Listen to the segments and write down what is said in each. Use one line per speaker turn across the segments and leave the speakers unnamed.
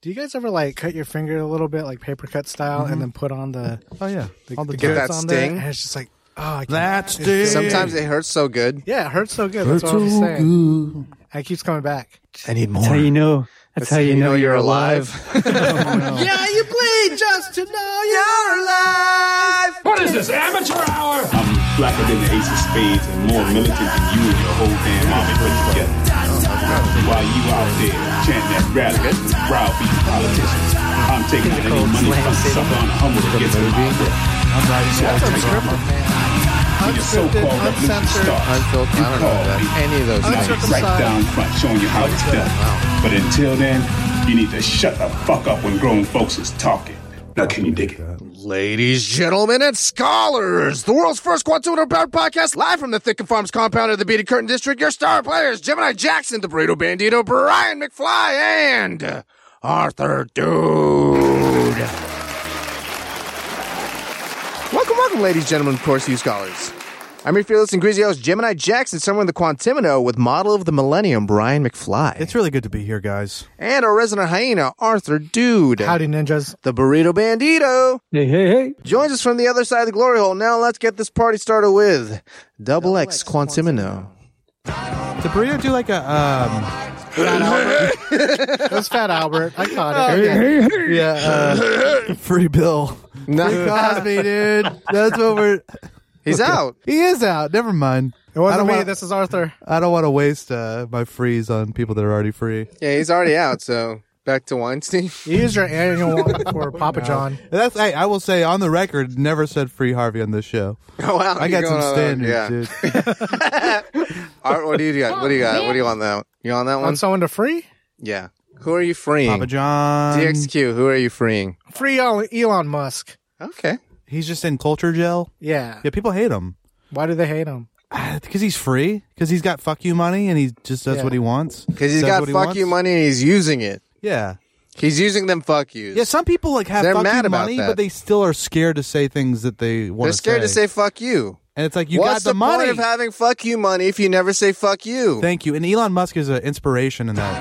Do you guys ever like cut your finger a little bit, like paper cut style, and then put on the
Oh yeah,
the,
all the
the
time.
goods
that
on there?
sting?
And it's just like, oh, I can't-
That's
it's-
dude.
Sometimes it hurts so good.
yeah, it hurts so good. That's what I'm saying. And it keeps coming back.
I need more.
That's how you know. That's, how you know, you're alive.
yeah, you bleed just to know you're alive.
What is this, amateur hour? I'm blacker than the ace of spades and more militant than you and your whole damn army put together. While you out there chanting that rally, browbeating politicians, I'm taking out any money from sucker on the humble that gets in my way. So I take out my when your so-called revolution
Uncensored.
starts.
Unfiltered.
You
I don't know
call
about
me.
any of those
Now
things.
you're right down front showing you how it's done. But until then, you need to shut the fuck up when grown folks is talking. Now can you dig it?
Ladies, gentlemen, and scholars, the world's first quantum powered podcast live from the Thicken Farms compound of the Beaded Curtain District. Your star players, Gemini Jackson, the Burrito Bandito, Brian McFly, and Arthur Dude. Welcome, welcome, ladies, gentlemen, of course, you scholars. I'm your fearless and greasy host, Gemini Jackson, somewhere in the Quantimino, with model of the millennium, Brian McFly.
It's really good to be here, guys.
and our resident hyena, Arthur Dude.
Howdy, ninjas.
the Burrito Bandito
Hey, hey, hey.
joins us from the other side of the glory hole. Now let's get this party started with Double X Quantimino.
Did burrito do like a um,
It was Fat Albert. I caught it.
yeah uh, free bill? Bill
No,
Cosby, dude. That's what we're.
he's out.
He is out. Never mind.
It wasn't me.
wanna-
This is Arthur.
I don't want to waste uh, my freeze on people that are already free.
Yeah, he's already out. So back to Weinstein.
You used your annual one for Papa John.
And That's hey, I will say on the record, never said free Harvey on this show.
Oh wow,
I got
you're
some
going on-
standards,
yeah.
dude.
Art, what do you got? What do you got? What do you on that? You on that one?
Want someone to free?
Yeah. Who are you freeing?
Papa John.
DXQ. Who are you freeing?
Free El- Elon Musk.
Okay.
He's just in culture jail.
Yeah.
Yeah, people hate him
Why do they hate him?
because he's free. Because he's got fuck you money and he just does
Yeah.
what he wants.
Because he's
Does
got
what he
fuck
wants.
you money and he's using it.
Yeah.
He's using them fuck yous.
Yeah, some people like have
They're
fuck
mad
you
about
money,
that.
but they still are scared to say things that they want
They're scared to say fuck you.
And it's like you
What's
got the,
the,
money.
point of having fuck you money if you never say fuck you?
Thank you. And Elon Musk is an inspiration in that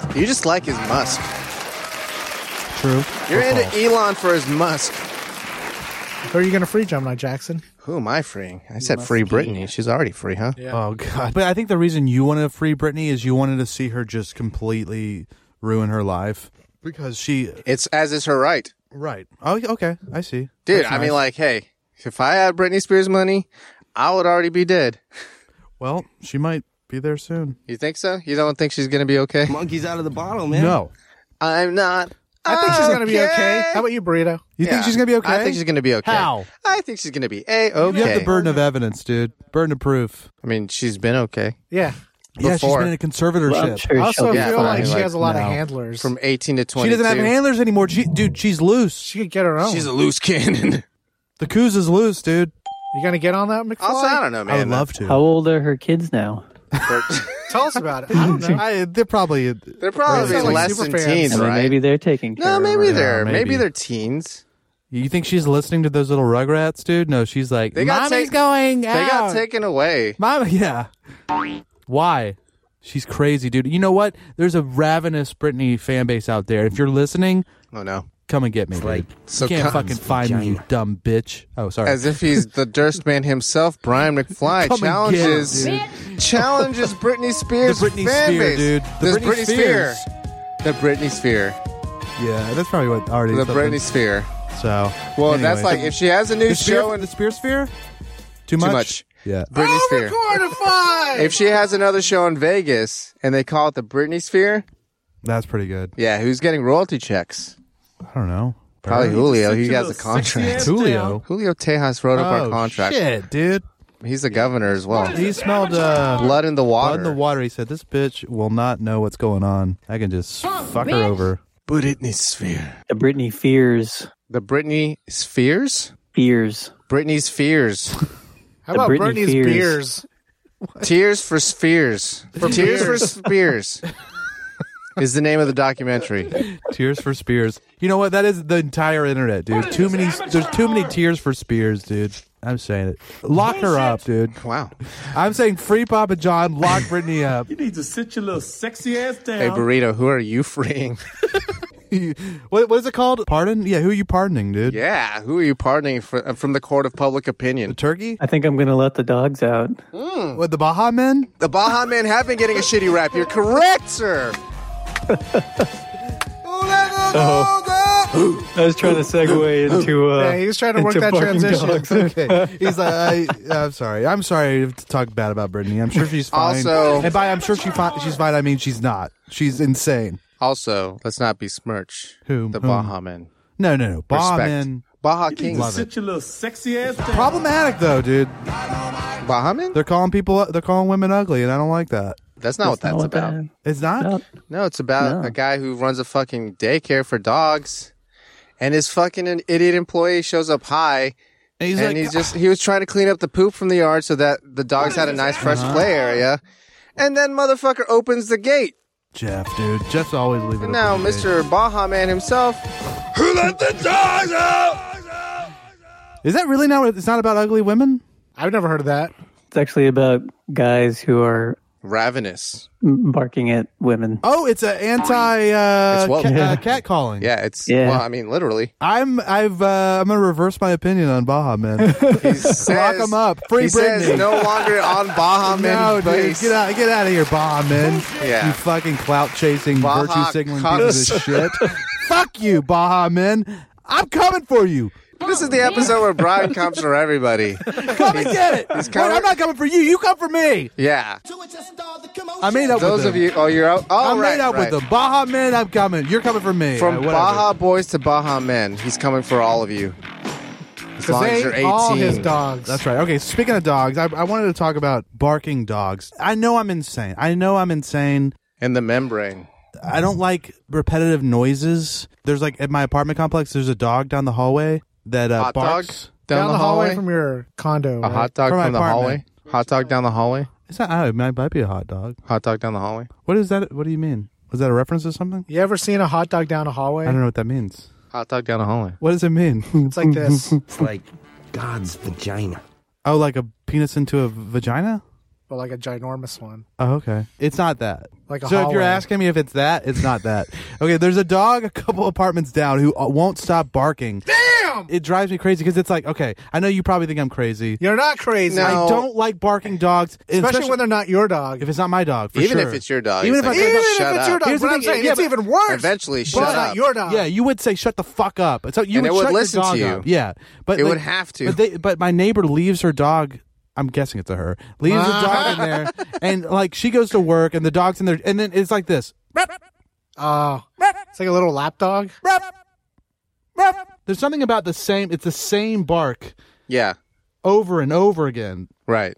regard.
You just like his Musk.
True.
You're
Or
into E-
false.
Elon for his Musk.
Who are you going to free, Gemini Jackson?
Who am I freeing? I said free Brittany. She's already free, huh?
Oh god! But I think the reason you wanted to free Britney is you wanted to see her just completely ruin her life because she.
It's as is her right,
Right. Oh, okay. I see,
dude.
That's
I
nice.
mean, like, hey, if I had Britney Spears money, I would already be dead.
Well, she might be there soon.
You think so? You don't think she's gonna be okay?
Monkey's out of the bottle, man.
No.
I'm not.
I think she's going to be okay. How about you, Burrito?
You
Yeah.
think she's gonna be okay?
I think she's gonna be okay.
How?
I think she's gonna be a
You have
okay.
the burden of evidence, dude. Burden of proof.
I mean, she's been okay
Yeah.
Yeah, she's
Before.
been in a
I'm
conservatorship.
sure
I
she'll
also
be
Yeah,
feel
fine.
like she
Like,
has a lot
no.
of handlers.
from 18 to 22.
She doesn't have handlers anymore. She, dude, she's loose.
she could get her own.
She's a loose cannon.
the coos is loose, dude.
you going to get on that, McFly?
also, I don't know, man.
I would love to.
How old are her kids now?
Tell us about it. I don't know.
I, they're probably.
They're probably
They're like
less
super
than
fans.
teens,
I mean,
right?
maybe they're taking care
no,
of
maybe
her.
they're
maybe.
maybe. they're teens.
You think she's listening to those little Rugrats, dude? No, she's like,
They got
"Mommy's
take-
going out."
They got taken away.
Mom, yeah. Why? She's crazy, dude. You know what? There's a ravenous Britney fan base out there. If you're listening,
Oh no.
come and get me. dude.
so
you can't
come-
fucking find me, you dumb bitch. Oh, sorry.
As if he's the Durst man himself, Brian McFly
Come and
challenges
get
challenges Britney Spears
The Britney
fan
sphere,
base.
dude. The
This
Britney
Britney,
spheres.
sphere. The Britney sphere.
yeah, that's probably what already.
The Britney sphere.
So,
Well,
anyway.
that's like if she has a new
the spear,
show and
the spear sphere. Too
too
much.
much.
Yeah.
Britney sphere. If she has another show in Vegas and they call it the Britney sphere,
That's pretty good.
yeah, who's getting royalty checks?
I don't know.
Probably Julio. He has a contract.
Julio.
Julio Tejas wrote up our
Oh,
contract.
Shit, dude.
He's the governor as well.
He smelled uh,
Blood in the water.
blood in the water. He said, "This bitch will not know what's going on. I can just fuck her over."
Britney sphere.
The Britney fears.
The Britney spheres?
Fears.
Britney's fears.
How
The
about
Britney
Britney's
fears.
beers?
Tears for Spheres. Tears for Spears is the name of the documentary.
Tears for Spears. You know what? That is the entire internet, dude. Too many. There's too many tears for Spears, dude. I'm saying it. Lock her up, dude.
Wow.
I'm saying free Papa John. Lock Britney up.
You need to sit your little sexy ass down.
Hey, Burrito, who are you freeing?
what, what is it called? Pardon? Yeah, who are you pardoning, dude?
Yeah, who are you pardoning for, from the court of public
The
opinion?
turkey?
I think I'm going to let the dogs out.
What, the Baja men?
The Baja men have been getting a shitty rap. You're correct, sir.
Oh.
I was trying to segue into. Uh,
Yeah, he was trying to work
into
that
barking
transition.
dogs.
okay. He's like, I, I'm sorry. I'm sorry to talk bad about Brittany. I'm sure she's fine.
Also-
and by I'm sure she fi- she's fine, I mean she's not. She's insane.
Also, let's not besmirch
Whom?
the
Whom?
Baja men.
No, no, no. Baja men.
Respect. Baja kings.
Love it.
Sit your little sexy ass down.
Problematic though, dude.
Baja men?
They're calling people. They're calling women ugly, and I don't like that.
That's not what
Not
that's
what
about.
that-
It's not.
no.
No, it's about
No.
a guy who runs a fucking daycare for dogs, and his fucking an idiot employee shows up high,
And he's
and
like,
he's just he was trying to clean up the poop from the yard so that the dogs had a nice fresh play area, and then motherfucker opens the gate.
Jeff, dude. Jeff's always leaving.
And now, Mister Baja Man himself, who let the dogs out?
Is that really not? what- It's not about ugly women.
I've never heard of that.
It's actually about guys who are
Ravenous.
barking at women.
Oh, it's an anti uh,
It's what-
ca-
Yeah.
uh, cat calling.
Yeah, it's
Yeah.
well, I mean, literally.
I'm. I've. Uh, I'm gonna reverse my opinion on Baja man.
He says,
Lock 'em up. Free
he
Britney.
says no longer on Baja Man.
no, dude,
base.
get out. Get out of here, Baja man.
Yeah.
You fucking clout chasing,
Baja
virtue signaling
cock-
pieces of shit. Fuck you, Baja man. I'm coming for you.
This is the episode where Brian comes for everybody.
Come and get it. Wait,
coming-
I'm not coming for you. You come for me.
Yeah.
I made up with
Those
him.
of you, oh, you're out. Oh,
I made
right,
up
right.
with them. Baja men, I'm coming. You're coming for me.
From
Uh, whatever.
Baja Boys to Baja Men, he's coming for all of you. As long as
They
you're 18.
all his dogs.
That's right. Okay, speaking of dogs, I, I wanted to talk about barking dogs. I know I'm insane. I know I'm insane.
And the membrane.
I don't like repetitive noises. There's like at my apartment complex, there's a dog down the hallway that uh,
Hot dog
barks.
down,
Down,
the hallway.
from your condo.
a
right?
hot dog
From
from,
my
the
apartment.
hallway. Hot dog down the hallway.
It's not. I don't know, it might be a hot dog.
Hot dog down the hallway.
What is that? What do you mean? Was that a reference to something?
You ever seen a hot dog down a
I
hallway?
don't know what that means.
Hot dog down the hallway.
What does it mean?
It's like this,
It's like God's vagina.
oh, like a penis into a vagina.
but like a ginormous one.
Oh, okay. It's not that.
Like a
so, if you're
hallway.
asking me if it's that, it's not that. okay, there's a dog a couple apartments down who uh, won't stop barking. Damn! It drives me crazy because it's like, okay, I know you probably think I'm crazy.
You're not crazy.
No.
I don't like barking dogs,
Especially, when they're not your dog.
if it's not my dog. For
Even
sure.
if it's your dog.
Even
it's
if
like,
I-
Even
Shut
if it's your
up.
dog,
Here's
what
the
I'm
thing-
saying,
yeah,
it's
but-
even worse.
Eventually,
But
shut
it's
up.
not your dog.
Yeah, you would say shut the fuck up. So you would,
And it would
shut
listen
your dog
to you.
up. Yeah, but
It
like-
would have to.
But, they, but my neighbor leaves her dog. I'm guessing it's a her. Leaves the dog in there, and like she goes to work, and the dog's in there, and then it's like this.
Oh, it's like a little lap dog.
There's something about the same. It's the same bark
Yeah,
over and over again.
right.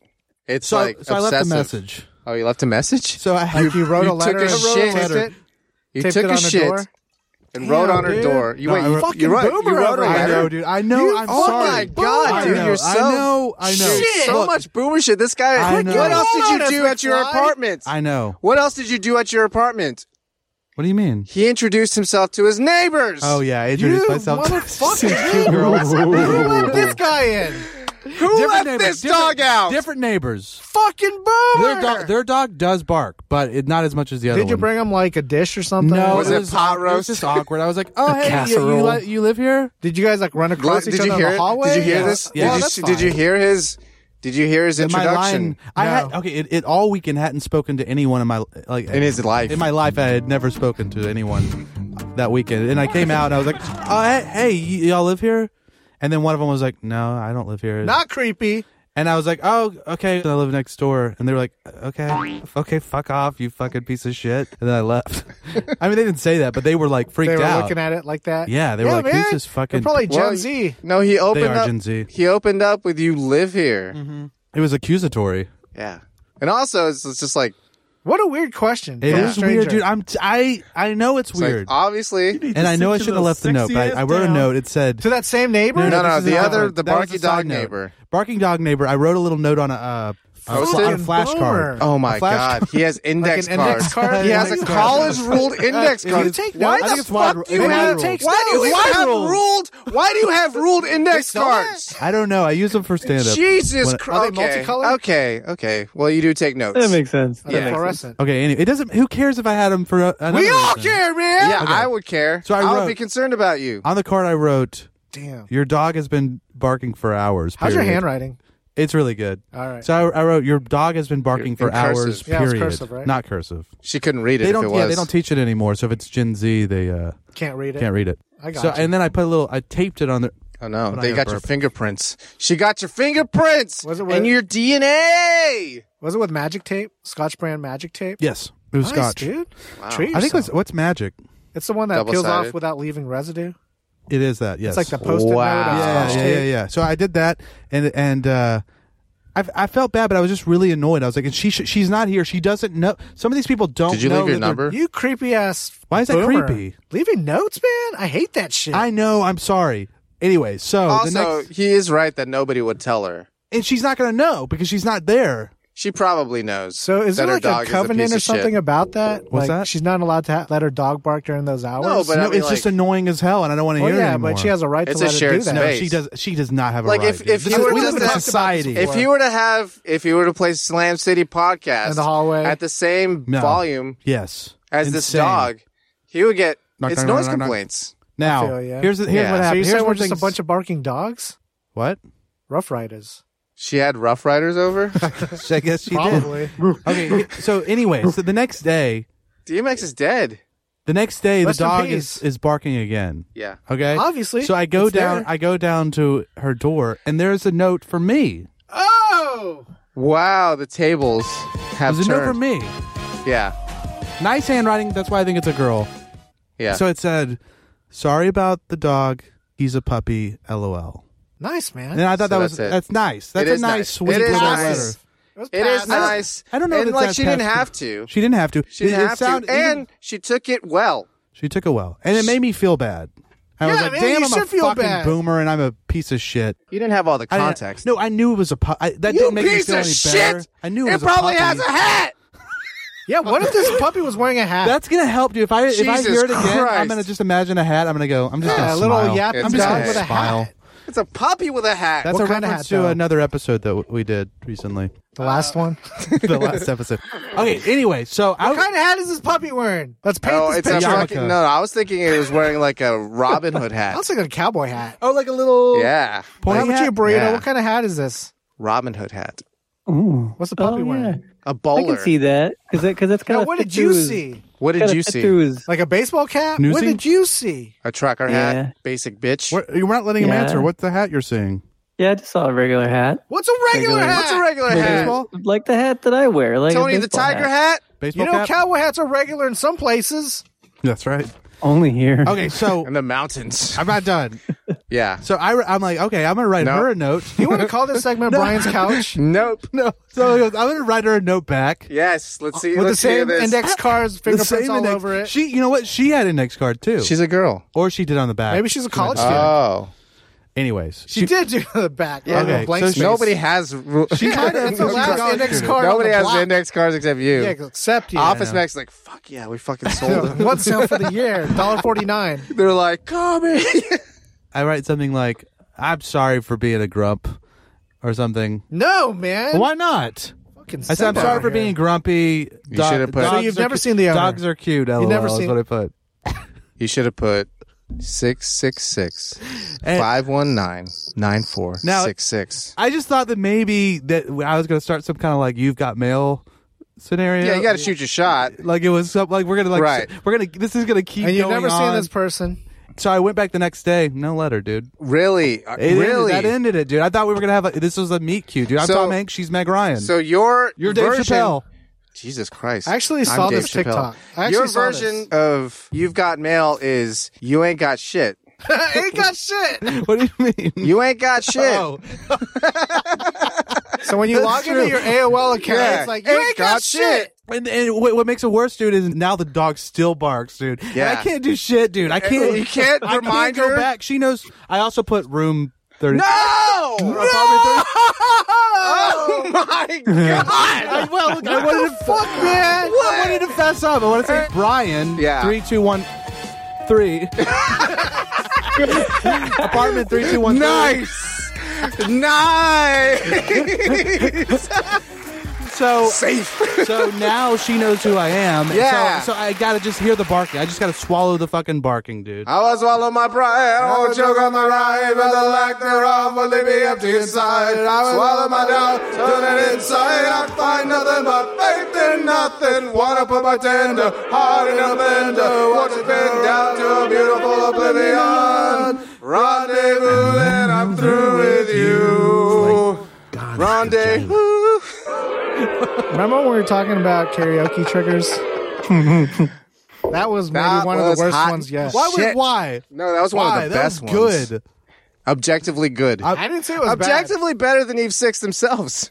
It's
So,
like
so I left a
obsessive.
message.
Oh, you left a message?
So I
Like you wrote
you
a letter.
took a
and
shit.
taped it-
You
taped
took
it
a
on the
shit
door.
and wrote on her
Dude.
door. You
No,
went.
I
You,
wrote-
you wrote, you wrote a
I
letter.
know, dude. I know.
You-
I'm
oh
sorry.
my God,
I
dude,
know,
you're so-
I know. I know.
Shit, so
Look,
much boomer shit. This guy.
I know.
What else did you
Hold on,
do at your
McFly.
apartment?
I know.
What else did you do at your apartment?
What do you mean?
He introduced himself to his neighbors.
Oh yeah, I introduced
You
myself to
motherfucker.
two girls.
Who let this guy in?
who let this
different-
dog out?
Different neighbors.
Fucking
Their
boomer.
dog, their dog does bark, but it, not as much as the other.
Did you
one.
bring him like a dish or something?
No,
Was it pot
awkward. It was
roast?
just awkward. I was like, "Oh, hey, you, you,
casserole.
li- you live here?"
Did you guys like run
Glo-
across
Did
each other
you
in
hear?
the hallway?
Did you hear
Yeah.
this?
Yeah,
Well,
did,
that's
you, did you
fine.
hear his? Did you hear his
And my
introduction?
line, I
No.
had okay. It, it all weekend hadn't spoken to anyone in my like
In his life.
In my life, I had never spoken to anyone that weekend, and I came out and I was like, "Oh, hey, hey y- y'all live here?" And then one of them was like, "No, I don't live here."
Not creepy.
And I was like, oh, okay, I live next door. And they were like, okay, okay, fuck off, you fucking piece of shit. And then I left. I mean, they didn't say that, but they were like freaked
They were
out.
looking at it like that.
Yeah, they were like,
man.
"This is fucking-
They're probably Gen
Well,
Z.
No, he opened
are
up.
Gen Z.
He opened up with you live here.
it was accusatory.
Yeah, and also it's, it's just like
What a weird question.
It
from a
was weird,
stranger.
dude. I'm t- I I know it's,
it's like,
weird,
obviously.
and I know I shouldn't have left the note, but I, I wrote a note. It said.
to that same neighbor.
No, no,
this is
the
a-
other-
that was
the
a
barking
side
dog
note.
neighbor.
Barking dog neighbor. I wrote a little note on a uh,
Posted?
on a flashcard.
Boomer.
Oh my
A flash
God! He has index
an
cards.
index card?
He has a
Index card.
college-ruled index
If
card.
you take
why
notes- I
the
think it's wide ru-
fuck do you
maybe
have?
it takes
Why do you
notes. Wide
have
rules.
ruled? Why do you have ruled index cards?
I don't know. I use them for stand up.
Jesus
When-
Are
Christ!
they
Okay.
multicolored?
okay, okay. Well, you do take notes.
That makes sense.
Yeah.
Fluorescent.
Okay, anyway, it doesn't. Who cares if I had them for? A,
we all
reason.
care, man. Yeah,
Okay.
I would care.
So I
would
wrote-
be concerned about you.
On the card, I wrote,
Damn.
"Your dog has been barking for hours."
How's your
period."
handwriting?
It's really good.
All right.
So I, I wrote, "Your dog has been barking
In
for
cursive.
hours."
Yeah, it was
Period.
cursive, right?
Not cursive.
She couldn't read it.
They don't.
if it was.
Yeah, they don't teach it anymore. So if it's Gen Z, they uh,
Can't read it.
can't read it.
I got
so
you.
and then I put a little. I taped it on the.
Oh no,
When I
they
go
got your
burp.
fingerprints. She got your fingerprints
Was it with-
and your DNA.
Was it with magic tape? Scotch brand magic tape?
Yes, it was
Nice,
Scotch.
dude. Treat
I think
yourself.
what's what's magic.
it's the one that peels
Double-sided.
off without leaving residue.
It is that. Yes,
It's like the post-it
Wow.
note on
yeah,
Scotch
yeah,
tape.
yeah, yeah. So I did that, and and uh, I I felt bad, but I was just really annoyed. I was like, and she sh- she's not here. She doesn't know. Some of these people don't.
Did you
know
leave your
that they're-
number?
You creepy ass.
Why is that
boomer.
creepy?
Leaving notes, man. I hate that shit.
I know. I'm sorry. Anyway,
Oh,
so the
also,
next,
he is right that nobody would tell her.
and she's not gonna know because she's not there.
She probably knows.
so is
that
there
her
like
dog
a
is
covenant
piece
or
of shit.
something about that? like,
What's that?
She's not allowed to ha- let her dog bark during those hours.
No, but
no,
I mean,
it's just
like-
annoying as hell, and I don't want to
well,
hear it
yeah,
anymore.
but she has a right
It's
to
a
let her
shared
do that.
No,
space.
she does. She does not have a
Like,
right.
if- if
This
you
is-
were
we
to
live in
talk
a
about
society.
If you were to have, if you were to play Slam City podcast
In the hallway.
at the same
No.
volume
yes,
as this
Insane.
dog, he would get
Knock,
it's
knock,
noise
knock, knock, knock.
complaints.
Now
feel ya.
here's the, here's
Yeah.
what
So
So
happened.
you're
here's
saying we're
where
just a
things,
bunch of barking dogs?
what?
Rough Riders.
She had Rough Riders over.
I guess she did.
Probably.
Okay. So anyway, so the next day,
DMX is dead.
the next day,
Rest
the
in
dog
peace.
is is barking again.
Yeah.
Okay.
Obviously.
So I go
It's
down.
there.
I go down to her door, and there's a note for me.
Oh!
Wow, the tables have
There's a note for
turned.
me.
yeah.
Nice handwriting. That's why I think it's a girl.
Yeah.
So it said, "Sorry about the dog. He's a puppy. LOL."
Nice, man.
And I thought
So
that was
that's it.
that's, nice. That's
It
a
is
nice,
nice.
sweet
It is
little
nice.
letter.
was
it is
past-
nice.
I don't know
And
that
like
that's
she didn't
past-
have to.
She didn't have to.
She didn't
It- it
have
sound-
to,
even-
and she took it well.
she took it well, and it made me feel bad. I was
Yeah,
like,
man,
"Damn,
you
I'm a
should feel
fucking
bad.
boomer, and I'm a piece of shit."
You didn't have all the
I didn't-
context.
no, I knew it was a puppy. That
you
didn't make
piece
me feel
of
any
shit.
better. I knew it,
it
was
probably
a puppy.
has a hat.
Yeah, what if this puppy was wearing a hat?
That's gonna help you. If I if I
Jesus
hear it again, I'm
Christ.
gonna just imagine a hat. I'm gonna go. I'm just
Yeah,
gonna
a little
smile.
yappy
I'm just
dog
gonna
with a
smile.
hat.
It's a puppy with a hat.
That's
What
a
kind of
reference
hat,
to
though?
another episode that we did recently,
the last one.
the last episode. Okay. Anyway, so I
What kind of hat is this puppy wearing? Let's paint
oh,
this
it's a
picture.
yarmulke.
fucking no. no, I was thinking it was wearing like a Robin Hood
I
hat.
was thinking a cowboy hat.
oh like a little
yeah,
Well, How
pointy
about
hat.
you, burrito?
Yeah.
What kind of hat is this?
Robin Hood hat.
Ooh.
What's the puppy
oh, yeah.
wearing?
A
I
bowler.
can see that because that, cause that's kind
Yeah,
of
what did you see?
What did you
Through
see?
his,
Like a baseball cap?
Newsy?
What did you see?
A trucker
Yeah.
hat. Basic bitch.
What- We're not letting him
Yeah.
answer. What's the hat you're seeing?
yeah, I just saw a regular hat,
What's a regular,
Regular-
hat?
What's a regular hat?
Baseball,
like the hat that I wear, like a
Tony the
baseball
Tiger
hat.
hat.
baseball
You know,
cap.
cowboy hats are regular in some places.
That's right.
Only here.
Oh,
Okay, so
And the mountains.
I'm not done.
Yeah.
So I, am like, okay, I'm gonna write
No.
her a note.
You want to call this segment Brian's Couch?
Nope.
no, so he goes, I'm gonna write her a note back.
Yes.
Uh,
Let's see.
With the
let's hear
same
this.
index cards, fingerprints all
index-
over it.
She, you know what? She had an index card too,
She's a girl.
or she did on the back.
Maybe she's a college
might-
student.
Oh.
Anyways,
she did do the back. Yeah,
Okay,
blank
so
space.
Nobody has. Ru-
Yeah, that's the last index card.
Nobody
on the
has
block.
index cards except you.
Yeah, except you.
Office Max like fuck yeah, we fucking sold them.
One sale for the year, dollar forty nine.
They're like, Kobe.
I write something like, "I'm sorry for being a grump," or something.
No, man.
Why not?
Fucking
I said, "I'm
sell
sorry
out
for
here.
being grumpy." Do-
should have put- So
dogs
you've
are
never
cu-
seen The Owner.
dogs are cute. LOL.
never
is
seen-
what I put.
you should have put six six six
And-
five one nine nine four
Now-
six six.
I just thought that maybe that I was going to start some kind of like you've got mail scenario.
Yeah, you got to shoot your shot.
Like it was some, like we're gonna like
Right.
we're gonna this is gonna keep
And you've
going
never
on.
seen this person.
So I went back the next day, no letter, dude.
Really, Uh,
It ended-
really.
that ended it, dude. I thought we were gonna have a, this was a meet cute, dude. I'm
So-
Tom Hanks, she's Meg Ryan.
so your
You're Dave
version,
Chappelle.
Jesus Christ!
I actually
I'm
saw
Dave
this
Chappelle.
TikTok. I actually
Your
saw
version of "You've Got Mail" is "You ain't got shit."
ain't got shit.
What do you mean?
You ain't got shit.
Oh,
So when you log into your AOL account,
Yeah.
it's like you ain't, got, shit.
and, and what, what makes it worse, dude, is now the dog still barks, dude. And
Yeah. Eh,
I can't do shit, dude. I can't.
You can't
I can't
remind
go
her?
back. She knows. I also put room 30.
No! Oh my
I,
god!
well, look, I wanted to fuck man. I wanted to fess up. I want to say Brian.
Yeah.
Three, two, one, three. Apartment three, two, one. three.
nice! nice!
So,
Safe!
so now she knows who I am. and
Yeah.
So, so I gotta just hear the barking. I just gotta swallow the fucking barking, dude.
I will swallow my pride. I won't choke on my ride, but the lack thereof will leave me empty inside. I will swallow my doubt, turn it inside. I find nothing but faith in nothing. Wanna put my tender heart in a blender. Watch it bend down to a beautiful oblivion. Rendezvous, then I'm through with you.
God's vagina.
Rendezvous.
Remember when we were talking about karaoke triggers? that was maybe
That
one of
was
the worst
hot
ones yet.
why? Was,
shit.
why?
No, that was
why? that was good.
Objectively good.
I didn't say it was
Objectively better than Eve Six themselves.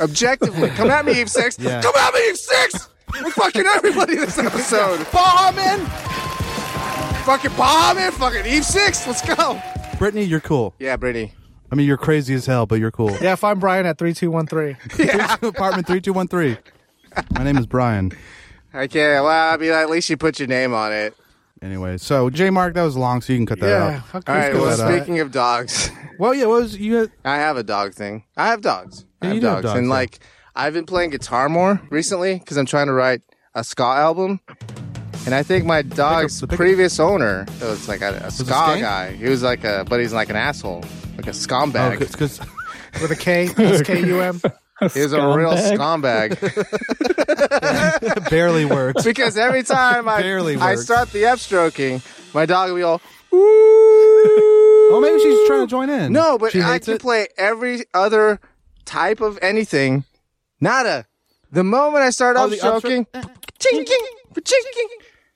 Objectively. Come at me, Eve Six.
Yeah.
Come at me, Eve Six! We're fucking everybody this episode.
Barman.
fucking bomb it, fucking Eve Six. Let's go.
Brittany, you're cool.
Yeah, Brittany.
I mean, you're crazy as hell, but you're cool.
bad. Yeah, if I'm Brian at three two one three.
Apartment three, two, one, three. My name is Brian.
Okay, well, I mean, at least you put your name on it.
Anyway, so J Mark, that was long, so you can cut that
Yeah.
out.
how
All
can you
right,
do
well,
that?
speaking of dogs,
Well, yeah, what was you?
I have a dog thing. I have dogs. I
Yeah,
have
you do
dogs.
have dogs,
And,
yeah.
like, I've been playing guitar more recently because I'm trying to write a ska album. And I think my dog's
the pick-
previous owner it was like a, a ska
skank?
guy. He was like a, but he's like an asshole, like a
oh,
scumbag.
because
With a K, it's K U M.
He was a real scumbag.
barely works.
because every time I
Barely
I
works.
start the F stroking, my dog will be all,
Well, maybe she's trying to join in.
no, but
she
I
hates
can
it.
play every other type of anything. Nada. The moment I start
Oh,
off
the
stroking, ching, ching, ching, ching.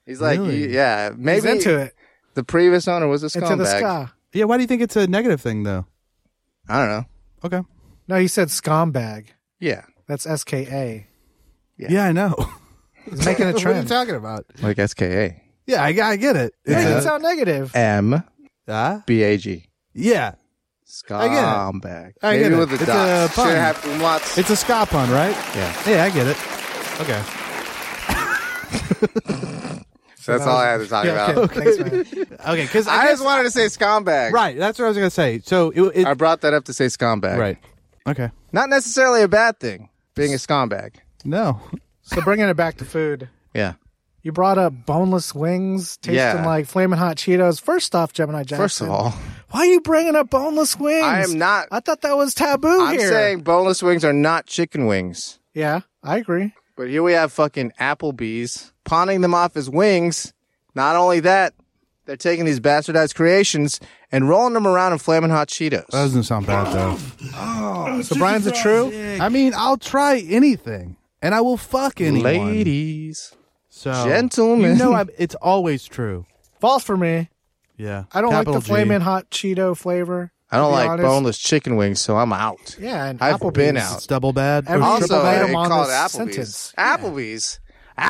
He's like,
Really?
"You- yeah,
He's
maybe
into it.
the previous owner was a
Into the
scumbag.
ska.
Yeah, why do you think it's a negative thing though?
I don't know.
Okay.
No, he said scumbag.
Yeah.
That's S K A.
Yeah, I know.
He's making a
what are you
trend.
talking about?
Like SKA.
Yeah, I, I get it.
That
It's
doesn't
a-
sound negative.
M
Huh?
B A G.
yeah,
Scumbag.
I get
Maybe
it.
with the
It's a
dots.
pun.
Should have lots.
it's a ska pun, right?
yeah.
Yeah, I get it. Okay.
So that's all I had to talk
Yeah,
about.
okay. Thanks, man.
Okay, because I,
I
guess,
just wanted to say scumbag.
right. That's what I was gonna say. So it,
I
it
brought that up to say scumbag.
right. Okay.
Not necessarily a bad thing. Being a scumbag.
No.
So bringing it back to food.
Yeah.
You brought up boneless wings, tasting
Yeah.
like flaming hot Cheetos. First off, Gemini Jackson.
First of all,
why are you bringing up boneless wings?
I am not-
I thought that was taboo
I'm
here.
saying boneless wings are not chicken wings.
yeah, I agree.
But here we have fucking Applebee's pawning them off as wings. Not only that, they're taking these bastardized creations and rolling them around in flaming hot Cheetos.
That doesn't sound bad though.
Uh, So Brian's a true.
I mean, I'll try anything, and I will fuck anyone.
Ladies.
so,
Oh.
gentlemen.
You know, I'm, it's always true.
False for me.
Yeah.
I don't
Capital
like the
G.
flaming hot Cheeto flavor.
I don't
to be
like
honest.
boneless chicken wings, so I'm out.
Yeah, and
I've
Applebee's.
been out.
It's double bad. Oh.
Every-
Or
Also,
triple
Also,
bad
bad.
they
on
call it
this
Applebee's.
sentence.
Applebee's.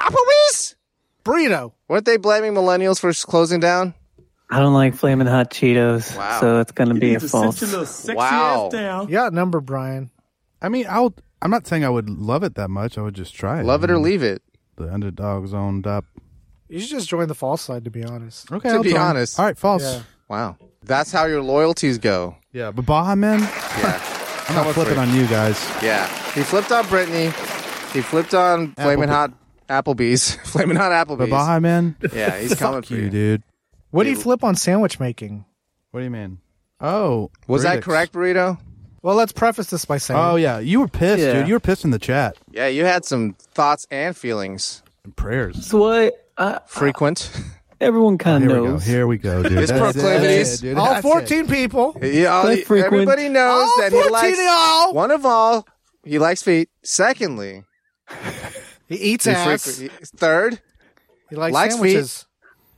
Applebee's?
Burrito.
Weren't they blaming millennials for closing down?
I don't like flaming hot Cheetos,
Wow.
so it's gonna be a
Need to sit
false.
your little sexy
Wow.
ass down.
Yeah, number Brian.
I mean, I'll. I'm not saying I would love it that much. I would just try it.
Love it or leave it.
The underdog's owned up.
You should just join the false side, to be honest.
Okay.
To
I'll
be
try.
honest.
All right, false.
Yeah.
Yeah,
Wow. That's how your loyalties go.
but Baja Men,
Yeah.
I'm not
Coming for
flipping
you.
on you guys.
Yeah. He flipped on Brittany. He flipped on Flamin'
Applebee.
Hot Applebee's. Flamin' Hot
But
Applebee's.
Baja Men,
Yeah, he's coming
fuck
for
you,
you.
dude.
What do you flip on sandwich making?
What do you mean? Oh,
Was that
critics.
correct, Burrito?
Well, let's preface this by saying
Oh yeah, you were pissed,
Yeah.
dude. You were pissed in the chat.
Yeah, you had some thoughts and feelings.
And prayers.
That's what uh,
Frequent.
everyone kind
Oh, Here
of
we go. Here we go,
knows.
dude.
His
That's it.
proclivities.
That's it, dude.
all
That's it.
14 people.
Yeah, all-
Like frequent.
everybody knows
All
that he
14
likes
of y'all.
one of all. He likes feet. Secondly,
He eats
he
ass.
frequent- he- third,
He likes,
Likes
sandwiches.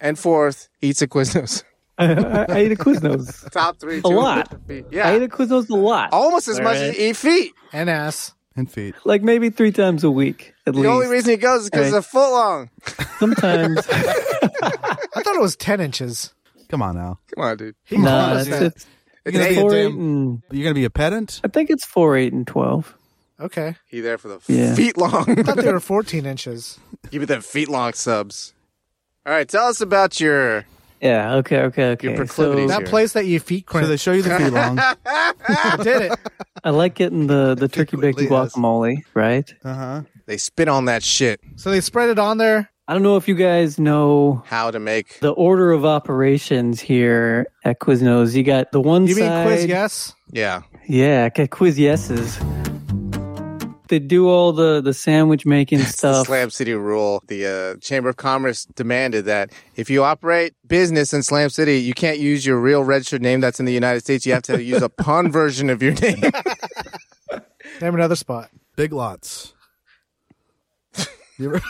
and fourth, eats a Quiznos.
I, I ate a Quiznos.
Top three.
A lot.
Yeah,
I ate a Quiznos a lot.
almost as much as
Alright.
you eat feet.
and ass.
and feet.
like maybe three times a week at
The
least.
only reason he goes is because it's
Right.
a foot long.
Sometimes,
I thought it was 10 inches.
Come on now.
Come on, dude.
He
nah,
told us
it's,
that.
it's
It's
gonna
eight.
pull-
four, eight,
damn-
and
You're gonna be a pedant.
I think it's four, eight, and twelve.
Okay.
He there for the
Yeah.
feet long.
I thought they were 14 inches.
Give it the feet long subs. All right, tell us about your.
Yeah. Okay. Okay. Okay.
Your proclivities
That
here.
place that you feet
So
crimp.
they show you the feet long. Uh
I did it.
I like getting the the turkey
Quickly,
bacon
yes.
guacamole. Right.
huh.
They spit on that shit.
So they spread it on there.
I don't know if you guys know
How to make.
the order of operations here at Quiznos. You got the one
You mean
side.
quiz yes?
Yeah.
Yeah, okay, quiz yeses. They do all the the sandwich making
The
stuff.
Slam City rule. The uh, Chamber of Commerce demanded that if you operate business in Slam City, you can't use your real registered name that's in the United States. You have to use a pun version of your name.
Name another spot.
Big lots. You ever-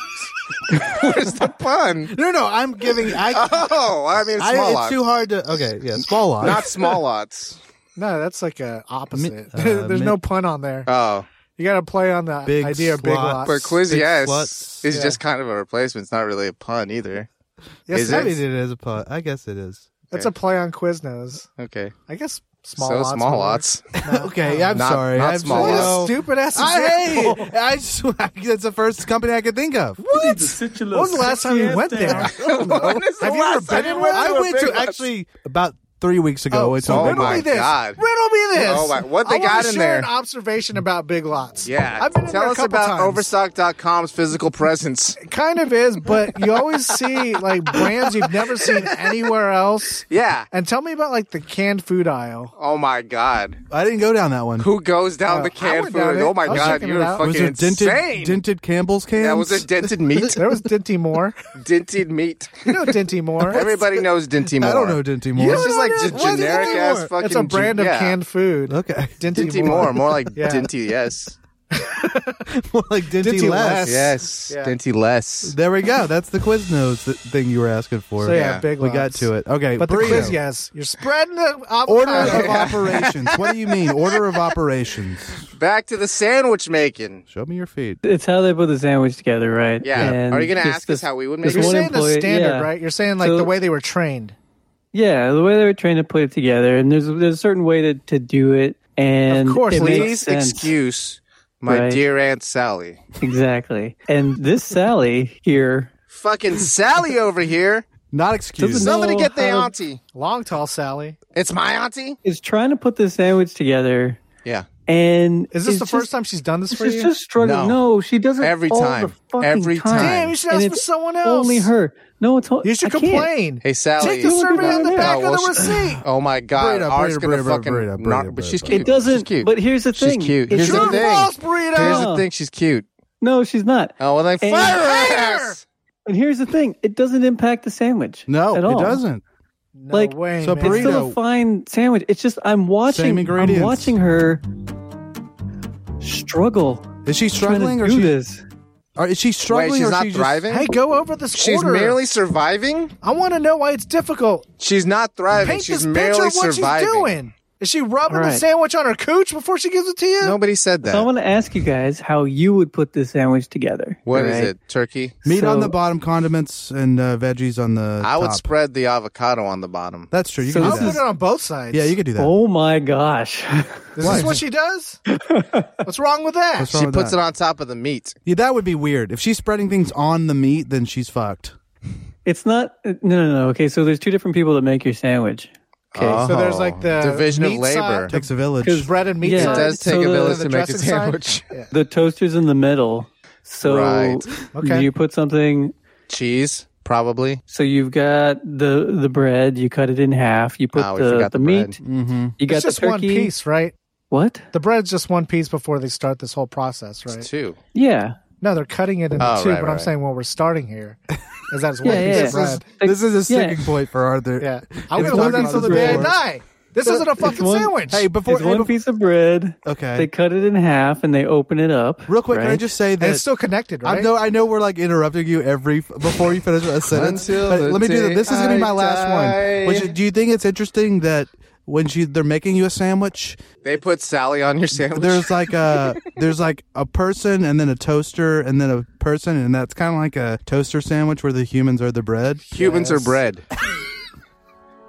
Where's the pun?
no, no. I'm giving. I.
Oh, I mean,
I
small
it's
lots.
too hard to. Okay, yeah, small lots.
Not small lots.
No, that's like a opposite.
Mi- uh,
There's
mi-
no pun on there.
Oh,
You got to play on the
Big
idea of big
slot.
lots.
but quiz
Big
yes
sluts.
is
Yeah.
just kind of a replacement. It's not really a pun either.
yes,
is
I
that
mean,
is-
it is a pot. I guess it is.
That's a play on Quiznos.
Okay,
I guess small
so
lots.
small
would work.
lots.
okay, I'm
Not-
sorry.
not
I'm
small
sorry.
lots.
Stupid ass
I
example.
hey, I just that's the first company I could think of.
What? When was the last time you went there?
When is the
Have you ever
last time
been
you
anywhere?
went
I
a
went
big
to
lots?
actually about three weeks ago. I went to a
so
oh
big
riddle
my
me
lots.
this.
God.
Riddle me this.
Oh my- what they
I wanna
got in
share
there.
An observation about big lots.
Yeah,
I've been in
tell
there a
us
couple
about
times.
Overstock.com's physical presence.
It kind of is, but you always see like brands you've never seen anywhere else.
Yeah.
And tell me about like the canned food aisle.
Oh my God.
I didn't go down that one.
Who goes down
Uh,
the
I
canned
went
food?
down it.
Oh my
I was
God,
checking it
you're
out.
fucking
Was there
insane.
dented, dented Campbell's cans?
yeah, was there dented meat?
There was Dinty Moore.
dented meat.
You know Dinty Moore.
Everybody knows dented meat.
I don't know Dinty Moore.
You
It's
don't
just
know
like
that?
just
What is
generic
Dinty
ass
Moore?
fucking.
It's a brand
ju-
of
yeah.
canned food.
Okay.
Dinty,
Dinty Moore, more like
Yeah.
Dinty yes.
More like Dinty,
Dinty
less.
less.
Yes.
Yeah.
Dinty less.
There we go. That's the Quiznos th- thing you were asking for.
So yeah,
Yeah.
big
we
lots.
got to it. Okay,
But the
burrito.
quiz, yes, you're spreading the op-
Order of operations. What do you mean? Order of operations.
Back to the sandwich making.
Show me your feet.
It's how they put the sandwich together, right?
Yeah.
And
Are you going to
this-
ask
this-
us how we would make
this
You're
it?
one
saying the
employee-
standard,
yeah.
right? You're saying like
So-
the way they were trained.
Yeah, the way they were trying to put it together, and there's there's a certain way to, to do it, and
Of course,
it makes
Please
sense.
excuse my
Right.
dear Aunt Sally.
exactly. And this Sally here,
Fucking Sally over here.
Not excused.
Doesn't-
Somebody
No,
get the
how-
auntie.
Long tall Sally.
It's my auntie?
is trying to put this sandwich together,
Yeah.
and
Is this
it's
the
just-
first time she's done this for
She's
you?
just struggling.
No.
No. she doesn't
Every
all
time.
The fucking
Every time.
Damn, you should
And
ask for
it's
someone else.
Only her. No, it's all,
You should
I can't.
complain.
Hey, Sally.
Take the survey on the
Oh,
back
well,
of the
she-
receipt.
Oh my God.
Burrito,
Art's
burrito,
gonna
burrito,
fucking
burrito,
knock-
burrito,
but she's
burrito.
cute.
It doesn't.
She's cute.
But here's the
She's
thing.
cute.
It's
Here's the
You're
not-
a
thing.
false burrito.
Here's the
No.
thing. She's cute.
No, she's not.
Oh, well, then
And-
fire her ass.
And here's the thing: it doesn't impact the sandwich.
no,
at all.
it doesn't.
No
Like,
way,
so
man.
It's still a
Burrito.
fine sandwich. It's just I'm watching.
Same ingredients.
I'm watching her struggle
Is she struggling
trying to
or
do
she,
this.
or is she struggling
Wait, she's
or
not
she just-
thriving?
Hey, go over this
She's
order.
merely surviving?
I want to know why it's difficult.
She's not thriving.
Paint
she's
this picture
merely
of what
surviving.
she's doing. Is she rubbing
All
the
right.
sandwich on her cooch before she gives it to you?
Nobody said that.
So I want to ask you guys how you would put this sandwich together.
What is
right?
it? Turkey?
meat on
So-
the bottom, condiments and uh, veggies on the.
I would
top.
spread the avocado on the bottom.
That's true. You
So
can
I'll
do
this
put
that.
it on both sides.
yeah, you could do that.
Oh my gosh!
Is this what she does? What's wrong with that?
What's wrong
She
with
puts
that?
it on top of the meat.
Yeah, that would be weird. If she's spreading things on the meat, then she's fucked.
it's not. No, no, no. Okay, so there's two different people that make your sandwich. Okay,
Oh,
so there's like the
division of
meat
labor.
side,
Takes a village.
There's bread and meat.
Yeah. It
side,
does take
So
a
the-
village
the
to make a
dressing side?
sandwich.
the toaster's in the middle. So
Right.
Okay.
you put something.
Cheese, probably.
So you've got the the bread. You cut it in half. You put
Ah, we
the, the,
forgot the
meat.
bread.
mm-hmm.
You got
It's
the
just
turkey.
one piece, right?
What?
The bread's just one piece before they start this whole process, right?
Two.
Yeah.
No, they're cutting it into
Oh,
two.
right,
but I'm
right.
saying when we're starting here, is that it's one
Yeah, yeah,
piece
yeah.
of bread?
This is a sticking
Yeah.
point for Arthur.
Yeah, I'm
It's
gonna learn
talking
that until the day I
about
die. This isn't a fucking
one-
sandwich.
Hey, before,
it's
hey,
one
bef-
piece of bread.
okay.
They cut it in half and they open it up.
Real quick, can I
right?
just say
and
that
it's still connected, right?
I know I know we're like interrupting you every before you finish a sentence.
Until
but
the
let me do
day
that. This is gonna be
I
my last
die.
one. Which, is- do you think it's interesting that when she they're making you a sandwich,
They put Sally on your sandwich.
there's like a there's like a person and then a toaster and then a person and that's kind of like a toaster sandwich where the humans are the bread.
Cubans are bread.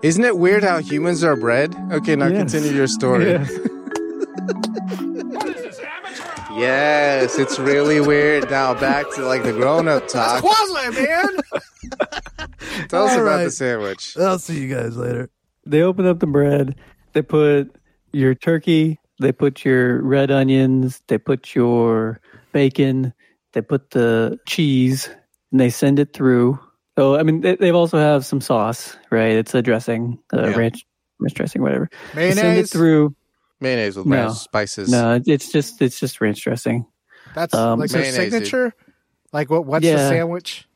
Isn't it weird how humans are bred? Okay, now
Yes.
continue your story.
Yes.
Yes, it's really weird. Now back to like the grown-up talk.
Quasland, man.
Tell us
All
about
right.
the sandwich.
I'll see you guys later.
they open up the bread. They put your turkey. They put your red onions. They put your bacon. They put the cheese, and they send it through. So I mean, they, they've also have some sauce, right? It's a dressing, uh,
Yeah.
ranch, ranch dressing, whatever. They send it
Mayonnaise.
through.
Mayonnaise with
No.
ranch spices.
No, it's just it's just ranch dressing.
That's
Um,
like their
Mayonnaise, dude.
signature. Like what? What's the
Yeah.
sandwich?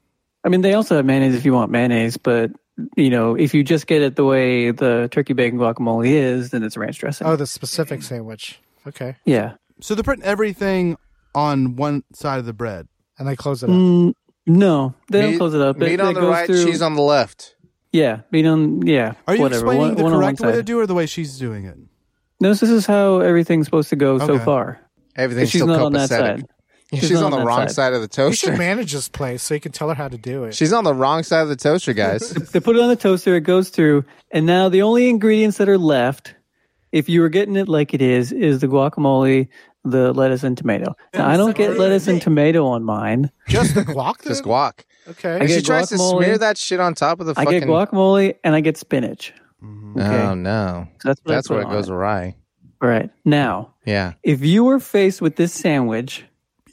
I mean, they also have mayonnaise if you want mayonnaise, but you know, if you just get it the way the turkey bacon guacamole is, then it's ranch dressing.
Uh,
Oh, the specific sandwich. Okay,
yeah.
So they're putting everything on one side of the bread.
and they close it up.
Mm, no, they don't close it up.
Meat
It-
on
it
the
goes
right,
through-
cheese on the left.
Yeah, meat on. Yeah.
Are you
whatever.
explaining
one,
the
one on one
correct way to
side.
do it or the way she's doing it?
No, this is how everything's supposed to go so
Okay.
far.
Everything's
She's
still
not on that
copacetic.
side.
She's,
not
on the
on that
wrong
side.
side of the
You should
toaster.
manage this place so you can tell her how to do it.
She's on the wrong side of the toaster, guys.
They put it on the toaster. It goes through, and now the only ingredients that are left, if you were getting it like it is, is the guacamole, the lettuce, and tomato. Now, I don't get lettuce and tomato on mine.
Just the guac.
Just
dude?
guac.
Okay.
And
get
she tries to
guacamole.
smear that shit on top of the
I
fucking.
get guacamole and I get spinach.
Oh no,
So that's what I
that's
put
where it
on
goes awry.
All right. Now,
Yeah,
if you were faced with this sandwich,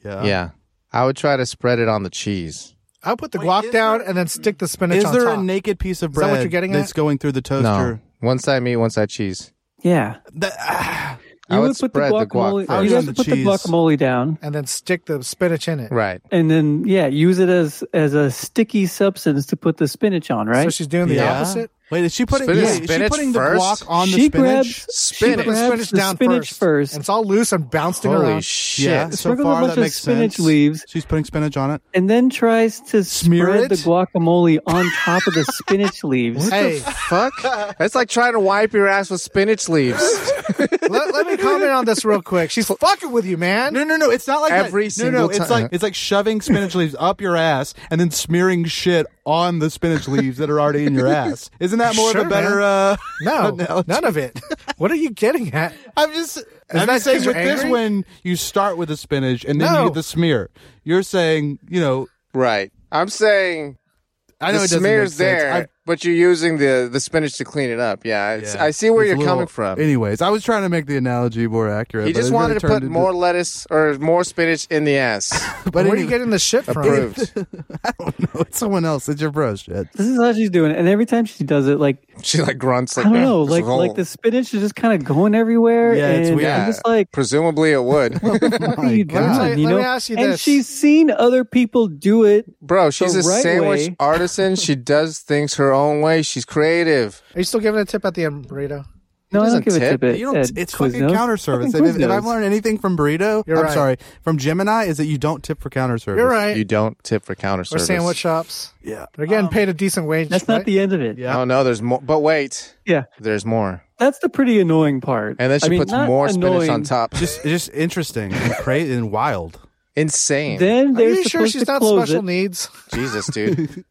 yeah. I would try to spread it on the cheese.
I'll put the
Wait,
guac
is
down
there-
and then stick the spinach
Is
on
there
top.
a naked piece of
Is that
bread
what you're getting
that's
at?
going through the
No,
toaster?
one side meat, one side cheese.
yeah,
That- ah.
I
you
would
would put the
spread the guac
guacamole.
first.
you
On
guys
the
would put the
cheese.
guacamole down.
and then stick the spinach in it.
Right.
and then yeah, use it as as a sticky substance to put the spinach on, right?
So she's doing the
Yeah.
opposite.
Wait, is she putting,
Spinach-
wait, is she
spinach
putting the
first?
guac on the
she
spinach?
grabs
She put
Spinach.
the
grabs
spinach
the
down
spinach
first,
first.
and it's all loose and bouncing
Holy
around.
shit!
Yeah, so
Sprinkle a
far
bunch
that
of
makes
spinach
sense.
leaves.
She's putting spinach on it.
and then tries to
Smear
spread the
it?
guacamole on top of the spinach leaves.
Hey,
Fuck. That's like trying to wipe your ass with spinach leaves.
let, let me comment on this real quick. She's fucking with you, man.
No, no, no! It's not like that.
Every
no, no,
single
It's
time.
like it's like shoving spinach leaves up your ass and then smearing shit on the spinach leaves that are already in your ass. Isn't that more
Sure,
of a better? Uh,
No,
analogy?
none of it. What are you getting at?
I'm just.
that
I'm just saying
'cause
with
you're
this
angry?
one, you start with the spinach and then
No.
you get the smear. You're saying, you know,
right. I'm saying
I know
the
it doesn't
smear's
make sense.
there,
I-
but you're using the the spinach to clean it up. Yeah, it's,
yeah,
I see where
it's a
you're
little-
coming from.
Anyways, I was trying to make the analogy more accurate.
He
but
just
it really
wanted to
turned
put
into-
more lettuce or more spinach in the ass.
But
But
where are you
anyway-
getting the shit from?
Approved.
I don't know. Oh, It's someone else. It's your bro shit.
This is how she's doing it, and every time she does it, like
She like grunts
I
like
don't
"Ugh,
know,
this
like
is old."
like the spinach is just kind of going everywhere.
Yeah,
and
it's weird.
I'm just like,
Presumably it would,
what are you
God.
doing?
Let me-
you
let
know?
me ask you
and
this.
she's seen other people do it.
bro. She's
The
a
right
sandwich
way.
artisan. She does things her own way. She's creative.
Are you still giving a tip at the end, burrito?
No, I
doesn't
don't give
tip.
a tip. At,
You don't,
at
it's
Quiznos.
fucking counter service.
Fucking
If, if I've
Quiznos.
learned anything from Burrito,
You're
I'm
right.
sorry, from Gemini, is that you don't tip for counter service.
You're right.
You don't tip for counter
or
service.
sandwich shops.
Yeah.
They're getting paid a decent wage.
that's not
right?
the end of it.
Yeah.
Oh no, there's more. But wait,
Yeah.
there's more.
That's the pretty annoying part.
And then she
I mean,
puts
not
more spinach on
annoying.
top.
Just, just interesting and crazy and wild.
Insane.
Then
Are
they're
you sure
supposed
she's
to
not
close
special
it.
needs?
Jesus, dude.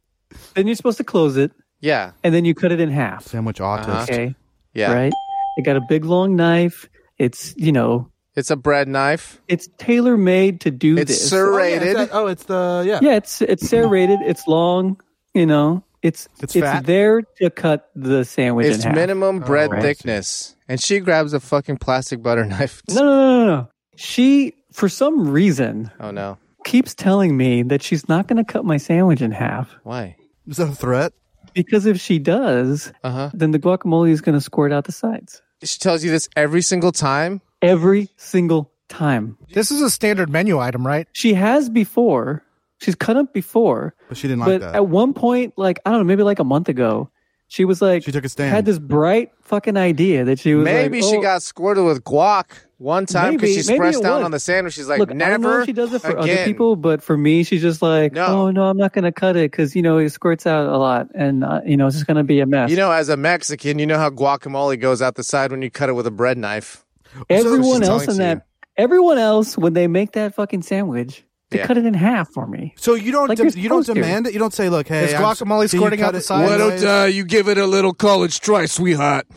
Then you're supposed to close it,
Yeah,
and then you cut it in half.
Sandwich artist.
Uh-huh.
Okay,
yeah.
right? They got a big long knife. It's you know,
It's a bread knife.
it's tailor made to do
It's
this.
Oh, yeah,
serrated.
it's that- oh, it's the yeah.
yeah, it's it's serrated. It's long. You know, it's
It's
it's,
fat.
there to cut the sandwich
It's
in half.
minimum bread
Oh, right.
thickness, and she grabs a fucking plastic butter knife.
no, no, no, no, no. She, for some reason,
Oh no,
keeps telling me that she's not going to cut my sandwich in half
why?
Is that a threat?
because if she does,
Uh huh.
then the guacamole is going to squirt out the sides
She tells you this every single time.
every single time.
This is a standard menu item, right?
She has before. She's cut up before,
But she didn't like
but
that.
at one point, like I don't know, maybe like a month ago, she was like
She took a stand.
Had this bright fucking idea that she was
Maybe
like,
she
"Oh,
got squirted with guac one time because
Maybe-
she's
maybe
pressed
it
down
was.
on the sandwich. She's like,
Look,
never.
I don't know if she does it for other
again."
people, but for me, she's just like,
No.
oh no, I'm not gonna cut it because you know it squirts out a lot, and uh, you know it's just gonna be a mess.
You know, as a Mexican, you know how guacamole goes out the side when you cut it with a bread knife.
everyone
she's
else
telling
in
to
that, everyone else when they make that fucking sandwich, They
Yeah.
cut it in half for me.
So you don't
Like
de-
you're
you don't
supposed to.
demand it. You don't say, "Look, hey,
Is
I'm s-
guacamole
can you
squirting
cut
out the
it
side? Why
one
Why
way?"
don't uh, you give it a little college try, sweetheart?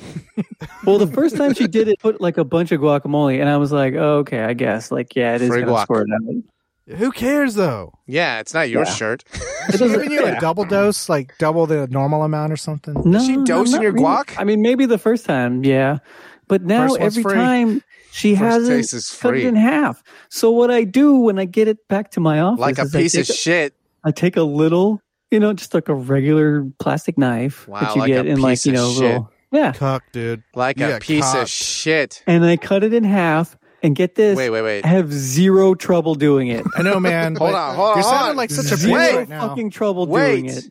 Well, the first time she did it, put like a bunch of guacamole, and I was like, oh, okay, I guess, like, yeah, it is
Free
gonna
guac.
squirt out.
Who cares though?
Yeah, it's not your shirt.
It
Giving you a double dose, like double the normal amount or something.
No,
Is she
no,
dosing
not
your
really.
guac?
I mean, maybe the first time, yeah, but now
First one's
every
free.
time she
First
has
taste
it,
is
cut it
free.
in half. So what I do when I get it back to my office,
Like a
is I
piece of
take a-
shit.
I take a little, you know, just like a regular plastic knife
Wow,
that you
like
get
a
in like
piece
you
of
know,
shit.
little, yeah,
Cuck, dude.
Like
You
a
got
piece of
copped.
shit.
and I cut it in half. And get this,
Wait, wait, wait.
I have zero trouble doing it.
I know, man.
Hold
but
on, hold on,
You're
hold
sounding
on.
like such a
Zero
bitch right now.
fucking trouble doing
Wait.
it.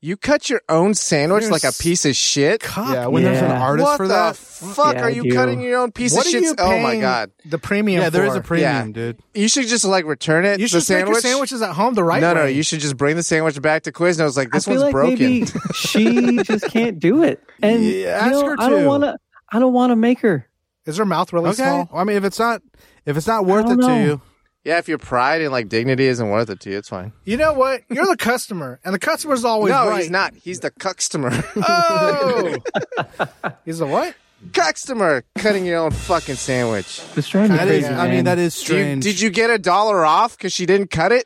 You cut your own sandwich
You're
like a
s-
piece of shit.
Cuck. Yeah, when there's an
Yeah.
artist
what
for
the
that.
fuck
Yeah,
are
I
you
do.
cutting your own piece
What
of
are
shit?
you
Oh my
paying
god!
the premium?
yeah, there is
for?
a premium, dude.
You should just like return it.
You
the
should just make
sandwich.
your sandwiches at home the right
no,
way.
no, you should just bring the sandwich back to Quiznos. Like this
I
one's
feel like
broken.
Maybe she just can't do it, and
Yeah,
you
ask
know,
her
I don't
to.
want to. I don't want to make her.
Is her mouth really
Okay.
small?
I mean, if it's not if it's not worth
don't
it to
know.
you,
yeah, if your pride and like dignity isn't worth it to you, it's fine.
You know what? You're the customer, and the customer's always
no,
Oh, right.
he's not. He's the customer.
Oh, he's the what?
customer cutting your own fucking sandwich.
It's driving me
that is.
crazy.
I mean, that is
Do you,
strange.
did you get a dollar off because she didn't cut it?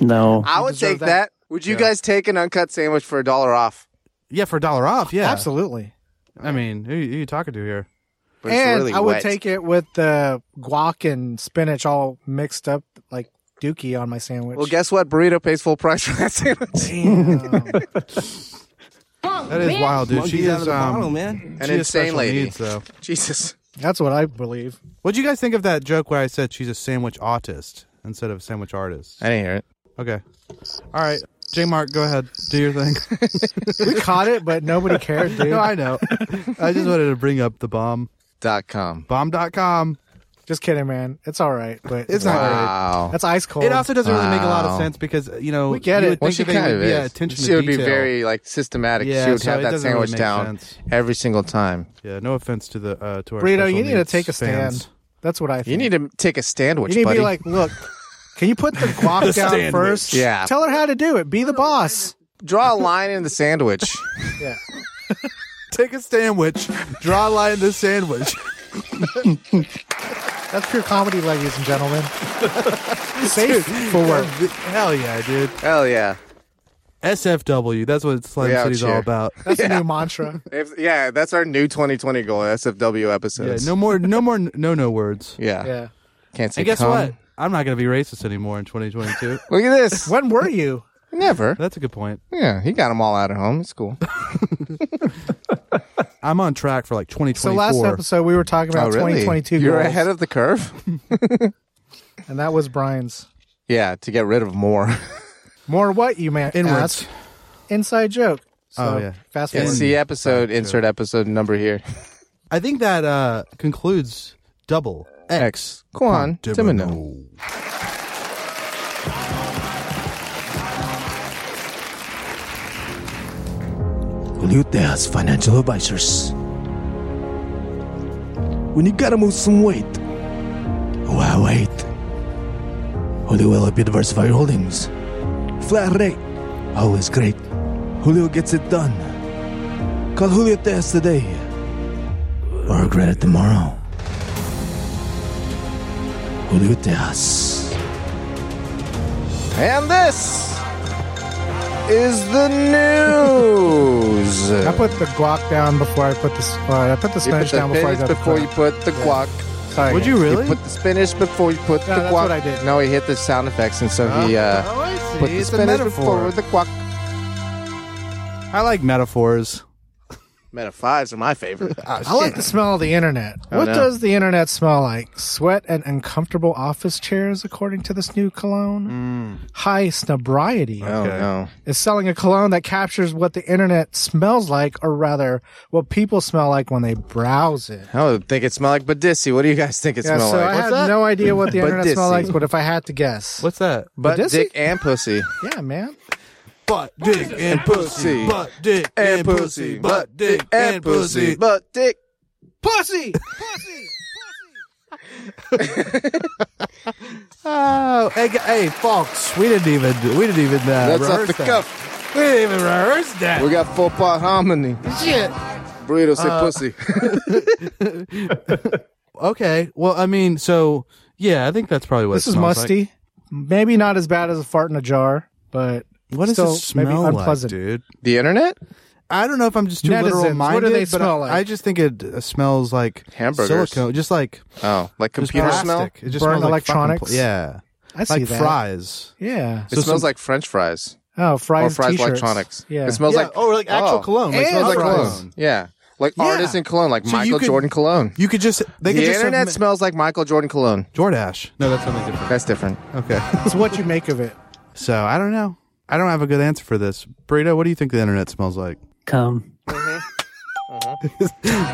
no.
I would
deserve
take that.
that.
Would you guys take an uncut sandwich for a dollar off?
yeah, for a dollar off. Yeah,
Absolutely.
I mean, who, who you talking to here?
But it's
and
really
I would
wet.
take it with the guac and spinach all mixed up like dookie on my sandwich.
Well, guess what? Burrito pays full price for that sandwich,
That is wild, dude. She
Monkey's out of
is
the bottle,
um,
man.
an
she has
insane
special
lady.
needs, though.
Jesus.
That's what I believe.
What do you guys think of that joke where I said she's a sandwich autist instead of sandwich artist?
I didn't hear it.
Okay. All right. J Mark, go ahead. Do your thing.
We caught it, but nobody cared, dude.
no, I know. I just wanted to bring up the bomb.
Dot com.
Bomb.com.
Just kidding, man. It's all right, but
It's not great.
Wow.
That's ice cold.
It also doesn't really make a lot
Wow.
of sense because, you know,
We get
you
it.
would
Well,
think
she
that they
kind
would
of
be uh,
is.
attention
she
to
would be
detail.
very like systematic.
Yeah,
she would
so
have
it
that
doesn't really
sandwich
make
down
sense.
every single time.
Yeah, no offense to the uh, to our
Burrito,
special
you need to
needs
take a stand.
fans.
That's what I think.
You need to take a sandwich,
You need
buddy.
to be like, look, can you put the guac down first?
Yeah.
Tell her how to do it. Be the boss.
Draw a line in the sandwich.
Yeah.
Take a sandwich. Draw a line in the sandwich.
That's pure comedy, ladies and gentlemen. Safe for work.
Hell yeah, dude.
Hell yeah.
SFW. That's what Slim
We out
City's all
here.
about.
That's a new mantra.
If, yeah, that's our new 2020 goal, SFW
Yeah,
episodes.
no more, no more, no no words.
Yeah.
Yeah.
Can't say
And guess
cum.
what? I'm not going to be racist anymore in 2022.
Look at this.
When were you?
Never.
That's a good point.
Yeah, he got them all out at home. It's cool.
I'm on track for like
So
2024.
last episode we were talking
Oh,
about 2022
You're
goals,
ahead of the curve.
and that was Brian's.
Yeah, to get rid of more.
More what you man
Inwards.
asked. Inside joke. So
Oh, yeah.
Fast
Yeah,
forward.
see episode, insert episode number here.
I think that uh, concludes double X.
Quan Domino.
Salute there's financial advisors. When you gotta move some weight, why wait? Julio will help you diversify your holdings. Flat rate, always great. Julio gets it done. Call Julio Tejas today, or regret it tomorrow. Julio Tejas.
And this is the news.
I put the guac down before I put the s- uh, I put the
you put
spinach
the
down before I
spinach
got
before
the
you
guac.
put the guac.
Sorry.
Would you really?
You put the spinach before you put
No,
the guac.
that's what I did.
No, he hit the sound effects, and so he uh,
oh, I see.
put the
it's a
spinach
metaphor.
before the guac.
I like metaphors.
Meta fives are my favorite.
I like the smell of the internet. what
no.
does the internet smell like? Sweat and uncomfortable office chairs, according to this new cologne.
Mm.
High snobriety.
Oh no!
is selling a cologne that captures what the internet smells like, or rather, what people smell like when they browse it.
I would think it smelled like Badissi. What do you guys think it
Yeah,
smelled
so I
like?
had no idea what the internet smelled
Badissi.
like, but if I had to guess,
What's that?
Butt,
Badissi?
dick, and pussy.
yeah, man,
Butt, dick, and
pussy.
Butt, dick, and pussy. Butt, dick, and pussy.
Butt, dick.
pussy.
Oh, hey, g- hey, folks, we didn't even we didn't even uh,
That's off
rehearse
the
that.
cuff.
We didn't even rehearse that.
We got four part harmony.
Shit.
Burrito
Uh,
say pussy.
Okay. Well, I mean, so yeah, I think that's probably what
This
it
is
smells
musty.
Like.
Maybe not as bad as a fart in a jar, but
What does
still
it smell
maybe
like,
unpleasant.
dude?
the internet?
I don't know if I'm just too
Netizens,
literal
what
minded,
do they
but
smell
I,
like?
I just think it uh, smells like
Hamburgers.
silicone, just like
Oh, like
just
computer
plastic.
smell?
It just
Burnt
smells like fucking
electronics?
pl- yeah,
I see
like
that.
fries.
Yeah.
It
So
smells
some-
like french fries.
Oh, fries.
or fries
t-shirts.
electronics.
Yeah.
It smells
Yeah,
like
or like actual cologne, like
it smells
and
like
fries.
cologne. Yeah. Like
Yeah.
artisan cologne, like
So you
Michael
could-
Jordan cologne.
You could just they
the
could just
internet
have,
smells like Michael Jordan cologne.
Jordash. No, that's something different.
That's different.
Okay.
It's what you make of it.
so I don't know. I don't have a good answer for this. Burrito, what do you think the internet smells like?
Come.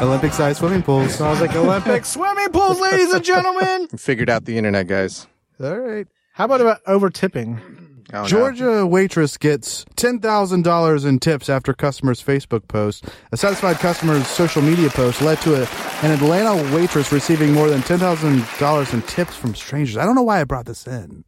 Olympic sized swimming pools.
Smells like Olympic swimming pools, ladies and gentlemen.
We figured out the internet, guys.
All right.
How about about over tipping?
Oh, no.
Georgia waitress gets $10,000 in tips after customer's Facebook post. A satisfied customer's social media post led to a, an Atlanta waitress receiving more than $10,000 in tips from strangers. I don't know why I brought this in.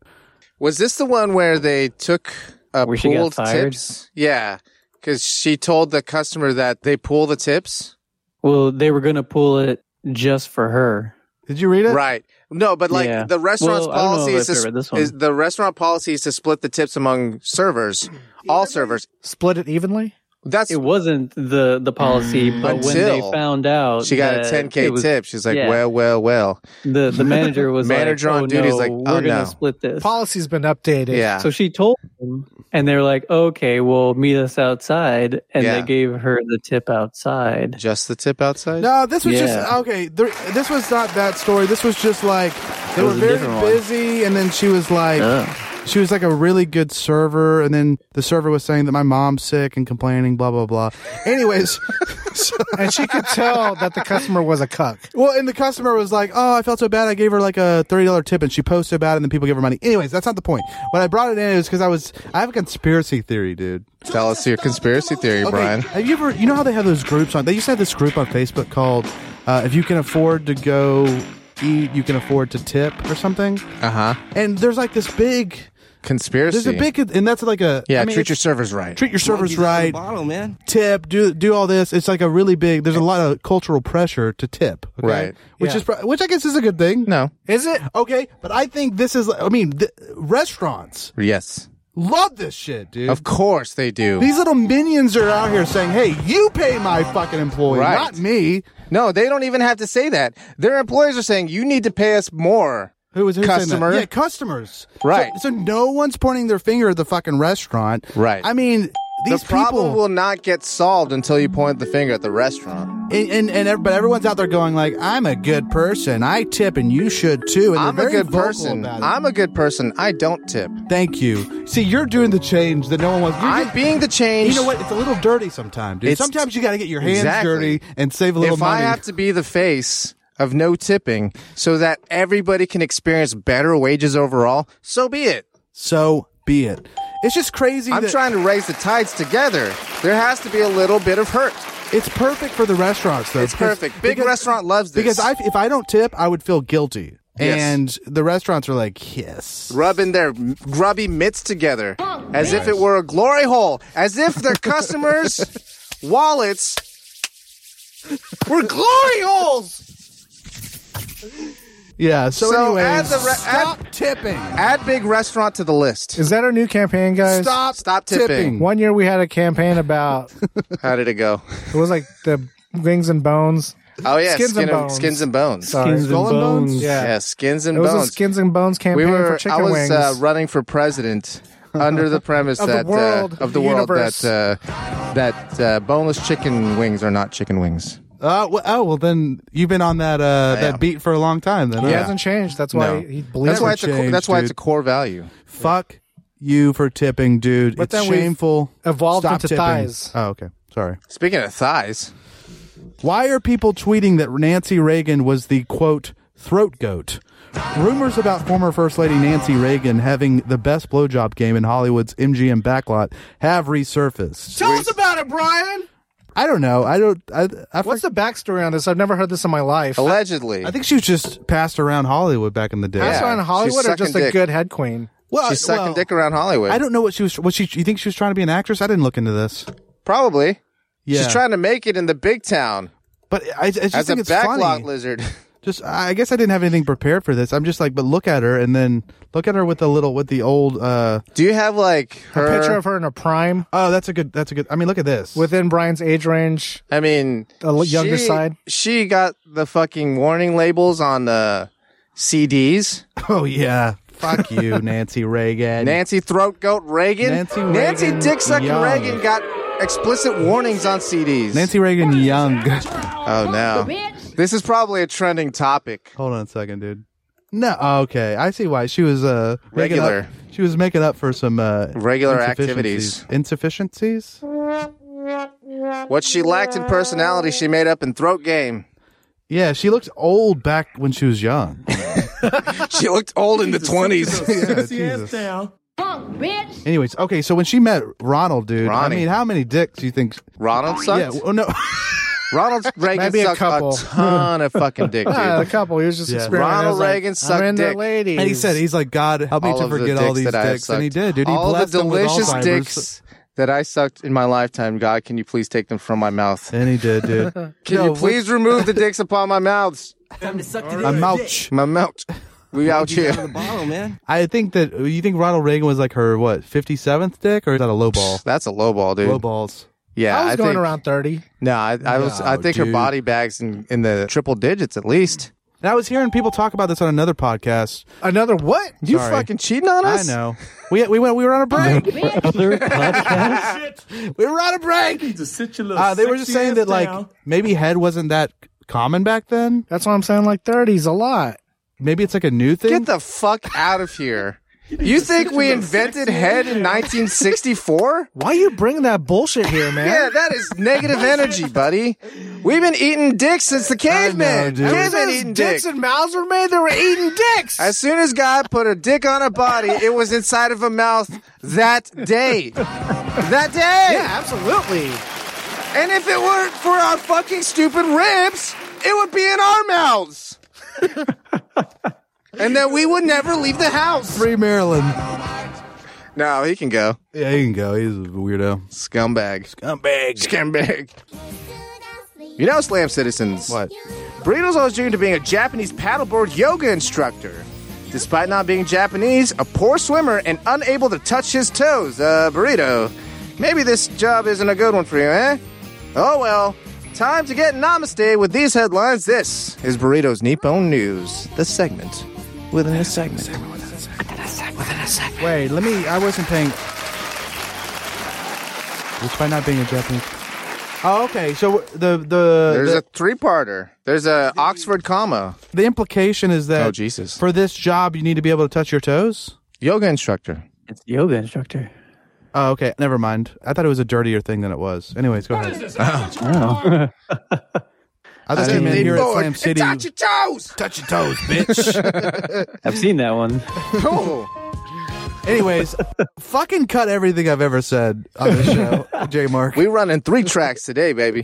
Was this the one where they took uh,
Where she got
pooled
fired?
tips? Yeah, because she told the customer that they pool the tips.
Well, they were going to pull it just for her.
Did you read it?
Right. No, but like
Yeah.
the restaurant's
Well, I don't know
policy
if
is, to,
I read
s-
this one.
is the restaurant policy is to split the tips among servers, all servers.
Split it evenly?
That's
It wasn't the the policy, but when they
Until
found out
she got a
that
10k
it was-
tip. She's like,
yeah.
well, well, well.
The the manager was
Manager
like,
on
"Oh,
duty is
no,
like,
we're
"Oh,
gonna
no."
split this.
Policy's been updated.
Yeah.
So she told them, and they were like, "Okay, well, meet us outside." And
Yeah.
they gave her the tip outside.
Just the tip outside.
No, this was just
Yeah.
okay. There, this was not that story. This was just like they
It
were
was a
very
different one.
busy, and then she was like, she was like a really good server, and then the server was saying that my mom's sick and complaining, blah blah blah. Anyways, so-
And she could tell that the customer was a cuck.
well, and the customer was like, oh, I felt so bad. I gave her like a thirty dollar tip, and she posted about it, and then people give her money. Anyways, that's not the point. When I brought it in, it was because I was I have a conspiracy theory, dude.
Tell us your conspiracy theory, Brian.
Have you ever? You know how they have those groups on? They used to have this group on Facebook called uh, "If you can afford to go eat, you can afford to tip" or something.
Uh huh.
And there's like this big.
Conspiracy.
There's a big, and that's like a
Yeah,
I mean,
treat your
it's-
servers right.
treat your servers right.
Bottle, man.
Tip. Do do all this. It's like a really big. There's a lot of cultural pressure to tip. okay?
Right.
Which
Yeah.
is pro- which I guess is a good thing.
no.
Is it?
Okay, but I think this is. I mean, th- restaurants
Yes.
love this shit, dude.
Of course they do.
These little minions are out here saying, "Hey, you pay my fucking employee,
Right.
not me."
No, they don't even have to say that. Their employees are saying you need to pay us more.
Who was who saying that?
Customer.
Yeah, customers.
Right.
So, so no one's pointing their finger at the fucking restaurant.
Right.
I mean, these
the problem
people
will not get solved until you point the finger at the restaurant.
and, and and ev- but everyone's out there going like, "I'm a good person. I tip, and you should too." And
I'm
they're
a
very
good
vocal
person.
about it.
I'm a good person. I don't tip.
Thank you. See, you're doing the change that no one wants. You're
I'm
just-
being the change.
you know what? It's a little dirty sometimes, dude.
It's-
sometimes you got to get your hands
Exactly.
dirty and save a little
If
money.
I have to be the face of no tipping so that everybody can experience better wages overall, so be it.
so be it. It's just crazy.
I'm
that-
trying to raise the tides together. There has to be a little bit of hurt.
It's perfect for the restaurants, though.
It's
because-
perfect. Big restaurant loves this.
Because I, if I don't tip, I would feel guilty.
Yes.
And the restaurants are like, yes.
rubbing their m- grubby mitts together as if it were a glory hole, as if their customers' wallets were glory holes.
Yeah. So,
So
anyways,
add the re-
stop tipping.
Add big restaurant to the list.
Is that our new campaign, guys?
Stop.
Stop tipping.
One year we had a campaign about
How did it go?
it was like the wings and bones.
Oh yeah,
Skins and
skin
bones.
skins and bones.
Sorry.
Skins and
Skull and bones?
bones.
yeah.
Yeah, skins and
It was
bones.
a skins and bones
we
campaign for
were. I
chicken
was
wings.
uh, running for president under the premise
Of the
that
world,
uh, of
the
the, world
universe.
that uh, that uh, boneless chicken wings are not chicken wings.
Uh, well, oh well, then you've been on that uh, that
am.
beat for a long time. Then huh?
He hasn't changed. That's why
No,
he believes
that's why
it.
it's a co-
changed,
that's why it's a
dude.
core value.
Fuck you for tipping, dude.
But
it's
then we've
shameful.
evolved
Stop
into
tipping.
thighs.
Oh, okay. Sorry.
Speaking of thighs,
Why are people tweeting that Nancy Reagan was the quote throat goat? Rumors about former First Lady Nancy Reagan having the best blowjob game in Hollywood's MGM backlot have resurfaced.
Tell us about it, Brian.
I don't know. I don't. I, I
What's the backstory on this? I've never heard this in my life.
Allegedly.
I think she was just passed around Hollywood back in the day.
Pass
Yeah,
her in Hollywood
she's
or just a
sucking dick.
good head queen?
Well,
She's sucking
well,
dick around Hollywood.
I don't know what she was. Was she? You think she was trying to be an actress? I didn't look into this.
Probably.
Yeah,
She's trying to make it in the big town
But I, I just
as a
think it's
backlot
funny.
lizard.
just I guess I didn't have anything prepared for this. I'm just like, but look at her, and then look at her with the little with the old. uh
Do you have like her?
A picture of her in her prime
Oh, that's a good. That's a good. I mean, look at this.
within Brian's age range.
I mean,
The l- younger side?
She got the fucking warning labels on the CDs.
oh yeah, fuck you, Nancy Reagan.
Nancy Throat Goat Reagan.
Nancy
Nancy
Reagan
Dick Sucking
Young.
Reagan got explicit warnings on CDs.
Nancy Reagan Young.
Oh no. This is probably a trending topic.
Hold on a second, dude. No, oh, okay, I see why she was uh making up-
Regular.
she was making up for some uh,
Regular
insufficiencies. Insufficiencies?
What she lacked in personality, she made up in throat game.
Yeah, she looked old back when she was young.
She looked old in the twenties.
Yeah, Jesus.
Punk bitch.
Anyways, okay, so when she met Ronald, dude,
Ronnie.
I mean, how many dicks do you think?
Ronald
Yeah,
sucked.
oh no,
Ronald Reagan
Maybe a
sucked a,
couple.
ton of fucking dick, dude.
Ah, the couple. He was just
Yeah.
experimenting.
Ronald
He was like,
Reagan
I'm
sucked
into
dick.
ladies.
and he said, he's like, God, help me
all
to
of the
forget
dicks
all these
that I have
dicks, and he
sucked.
did, dude. He
all of
blessed
the
them with
delicious
Alzheimer's.
dicks that I sucked in my lifetime. God, can you please take them from my mouth?
And he did, dude.
Can you please remove the dicks upon my mouths?
Time to suck to
A mouch.
My mouth. We out
the
here.
bottle, man.
I think that you think Ronald Reagan was like her what fifty seventh dick, or is that a low ball?
That's a low ball, dude.
Low balls.
Yeah,
I was going
think,
around 30.
No, I, I was. I
No,
think her
dude.
body bags in, in the triple digits at least.
And I was hearing people talk about this on another podcast.
Another what?
You
Sorry.
fucking cheating on
I
us?
know. We we went. We were on a break.
Other podcast?
we were on a break.
Just sit your little
Uh, they were just saying that like maybe head wasn't that common back then.
That's why I'm saying like 30s a lot.
Maybe it's like a new thing.
Get the fuck out of here. You think we invented head in 1964?
Why you bringing that bullshit here, man?
Yeah, that is negative energy, buddy. We've been eating dicks since the caveman.
dude.
caveman
As
eating
dicks
dicks.
and mouths were made, they were eating dicks.
As soon as God put a dick on a body, it was inside of a mouth that day. That day.
yeah, absolutely.
And if it weren't for our fucking stupid ribs, it would be in our mouths. and then we would never leave the house.
free Maryland.
No, he can go.
Yeah, he can go. He's a weirdo.
Scumbag.
Scumbag.
Scumbag. You know, Slam Citizens.
What?
Burrito's always dreamed of being a Japanese paddleboard yoga instructor. Despite not being Japanese, a poor swimmer, and unable to touch his toes, uh, Burrito. Maybe this job isn't a good one for you, eh? Oh well. Time to get namaste with these headlines. This is Burrito's Nippon News, the segment within a segment.
Wait, let me. I wasn't paying. Despite not being a Japanese. Oh, okay. So the the
There's a
the,
three-parter. There's a Oxford comma.
the implication is that
Oh, Jesus.
for this job you need to be able to touch your toes.
Yoga instructor.
It's the yoga instructor.
Oh, okay. Never mind. I thought it was a dirtier thing than it was. Anyways, go ahead.
Oh.
I thought you meant here at Slam City.
touch your toes.
touch your toes, bitch.
I've seen that one.
Oh.
Anyways, fucking cut everything I've ever said on this show, J Mark.
we running three tracks today, baby.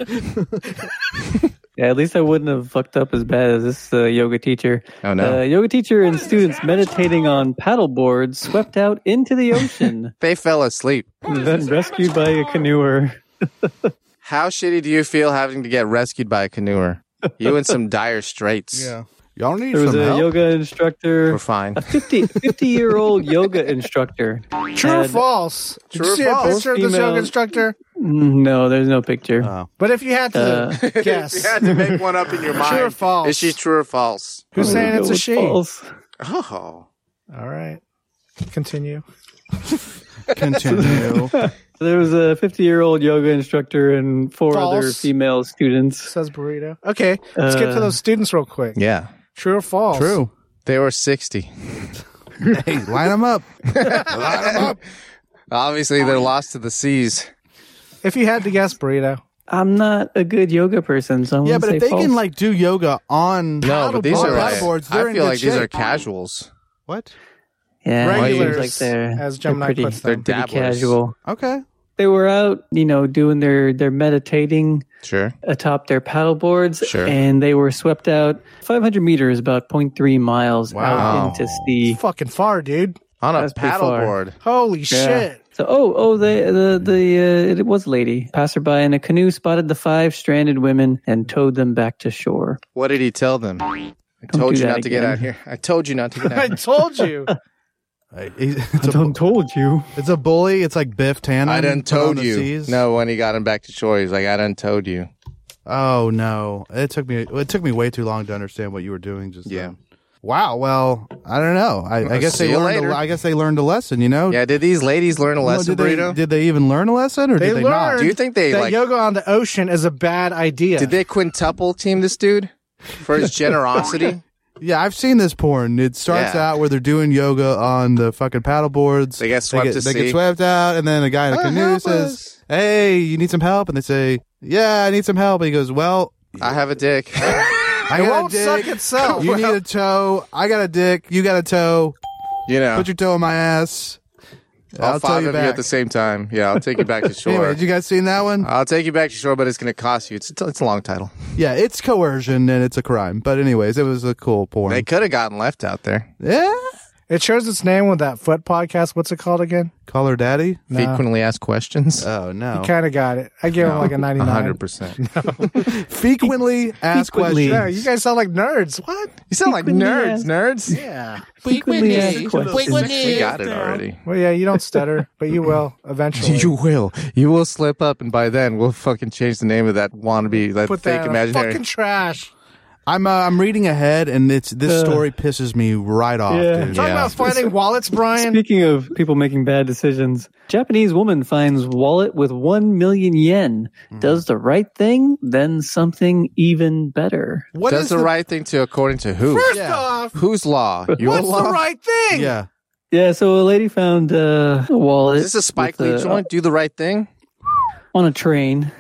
Yeah, at least I wouldn't have fucked up as bad as this uh, yoga teacher.
Oh, no.
Uh, yoga teacher and students meditating on paddle boards swept out into the ocean,
They fell asleep.
then rescued by a canoeer.
How shitty do you feel having to get rescued by a canoeer? You in some dire straits.
Y'all need
There was
some
a
help.
yoga instructor,
We're fine.
a 50, 50 year old yoga instructor.
True or
had-
false? Did
True or
you see
false?
a picture of this
Female-
yoga instructor?
Mm, No, there's no picture.
Oh.
But if you had
Uh,
to
You
guess,
had to make one up in your mind.
True or false?
Is she true or false?
who's
I'm gonna
saying
go
it's a
with
she?
false.
Oh.
All right. Continue.
Continue.
There was a 50 year old yoga instructor and four other
False.
female students.
Says burrito. Okay, let's get to
Uh,
those students real quick.
Yeah.
True or false?
True.
They were 60.
Hey, line them up.
Obviously, they're lost to the seas.
If you had to guess, burrito.
I'm not a good yoga person, so I'm
Yeah,
gonna
but
say
if they
false.
can like do yoga on
No, but these
on
are like,
paddleboards, they're
I
in
feel
good
like these are
shape.
casuals.
what?
yeah, it seems
regulars,
like they're,
as
they're
Gemini
pretty,
puts
They're
them.
pretty
dabblers.
casual.
Okay,
they were out, you know, doing their their meditating
Sure.
atop their paddle boards,
Sure.
and they were swept out 500 meters, about 0.3 miles out into sea.
Fucking far, dude.
On a
That's pretty far.
paddleboard.
Holy shit.
So, oh, oh, the the the uh, it was a lady passerby in a canoe spotted the five stranded women and towed them back to shore.
What did he tell them? I told
do
you
that
not to get
again.
out here. I told you not to get out
I
here.
told you.
Right. He's- It's a,
told you.
it's a bully. It's like Biff Tannen.
I done
but on
told
the
you.
seas.
No, when he got him back to shore, he's like, I done told you.
Oh no! It took me. It took me way too long to understand what you were doing. Just
Yeah.
then. Wow. Well, I don't know. I, I guess
see
they
you
learned.
later.
A, I guess they learned a lesson. You know.
Yeah, did these ladies learn a
Well,
lesson,
did, they,
Burrito?
did they even learn a lesson, or
They
did they
learned.
not?
Do you think they,
that
like,
yoga on the ocean is a bad idea.
did they quintuple team this dude for his generosity?
Yeah, I've seen this porn. It starts
Yeah.
out where they're doing yoga on the fucking paddle boards.
They get swept
They get,
to
they get
sea.
swept out, and then a guy in a
Oh,
canoe
help
says,
us.
"Hey, you need some help?" And they say, "Yeah, I need some help." And he goes, "Well,
I have a dick.
I
it
got
won't
a dick.
suck itself.
You need a toe. I got a dick. You got a toe.
you know,
Put your toe on my ass.
all
I'll tell
five
you
of you
back.
at the same time. Yeah, I'll take you back to shore.
Anyway, did you guys seen that one?
I'll take you back to shore, but it's going to cost you. It's, it's a long title.
yeah, it's coercion and it's a crime. But anyways, it was a cool porn.
They could have gotten left out there.
yeah.
It shares its name with that foot podcast. What's it called again?
Call her daddy.
Frequently asked questions.
Oh no.
Kind of got it. I gave him like a 99.
100%.
Frequently asked
Frequently.
Yeah,
questions.
you guys sound like nerds. What?
You sound like
Frequently
nerds,
asked-
nerds.
Yeah.
Frequently asked questions.
We got it already.
Well, yeah, you don't stutter, but you will eventually.
You will. You will slip up, and by then we'll fucking change the name of that wannabe, that
put
fake
that in a
imaginary.
fucking trash.
I'm uh, I'm reading ahead, and it's this
Ugh.
story pisses me right off.
Uh. Yeah.
Dude.
Talking about finding wallets, Brian.
Speaking of people making bad decisions, Japanese woman finds wallet with 1 million yen,
Hmm.
does the right thing, then something even better.
What
Does
is
the, right thing to according to who?
First
Yeah.
off,
Whose law? Your
what's
law?
the right thing?
Yeah,
Yeah, so a lady found uh, a wallet.
Is this a Spike
with uh,
Lee
a-
joint? Do the right thing.
on a train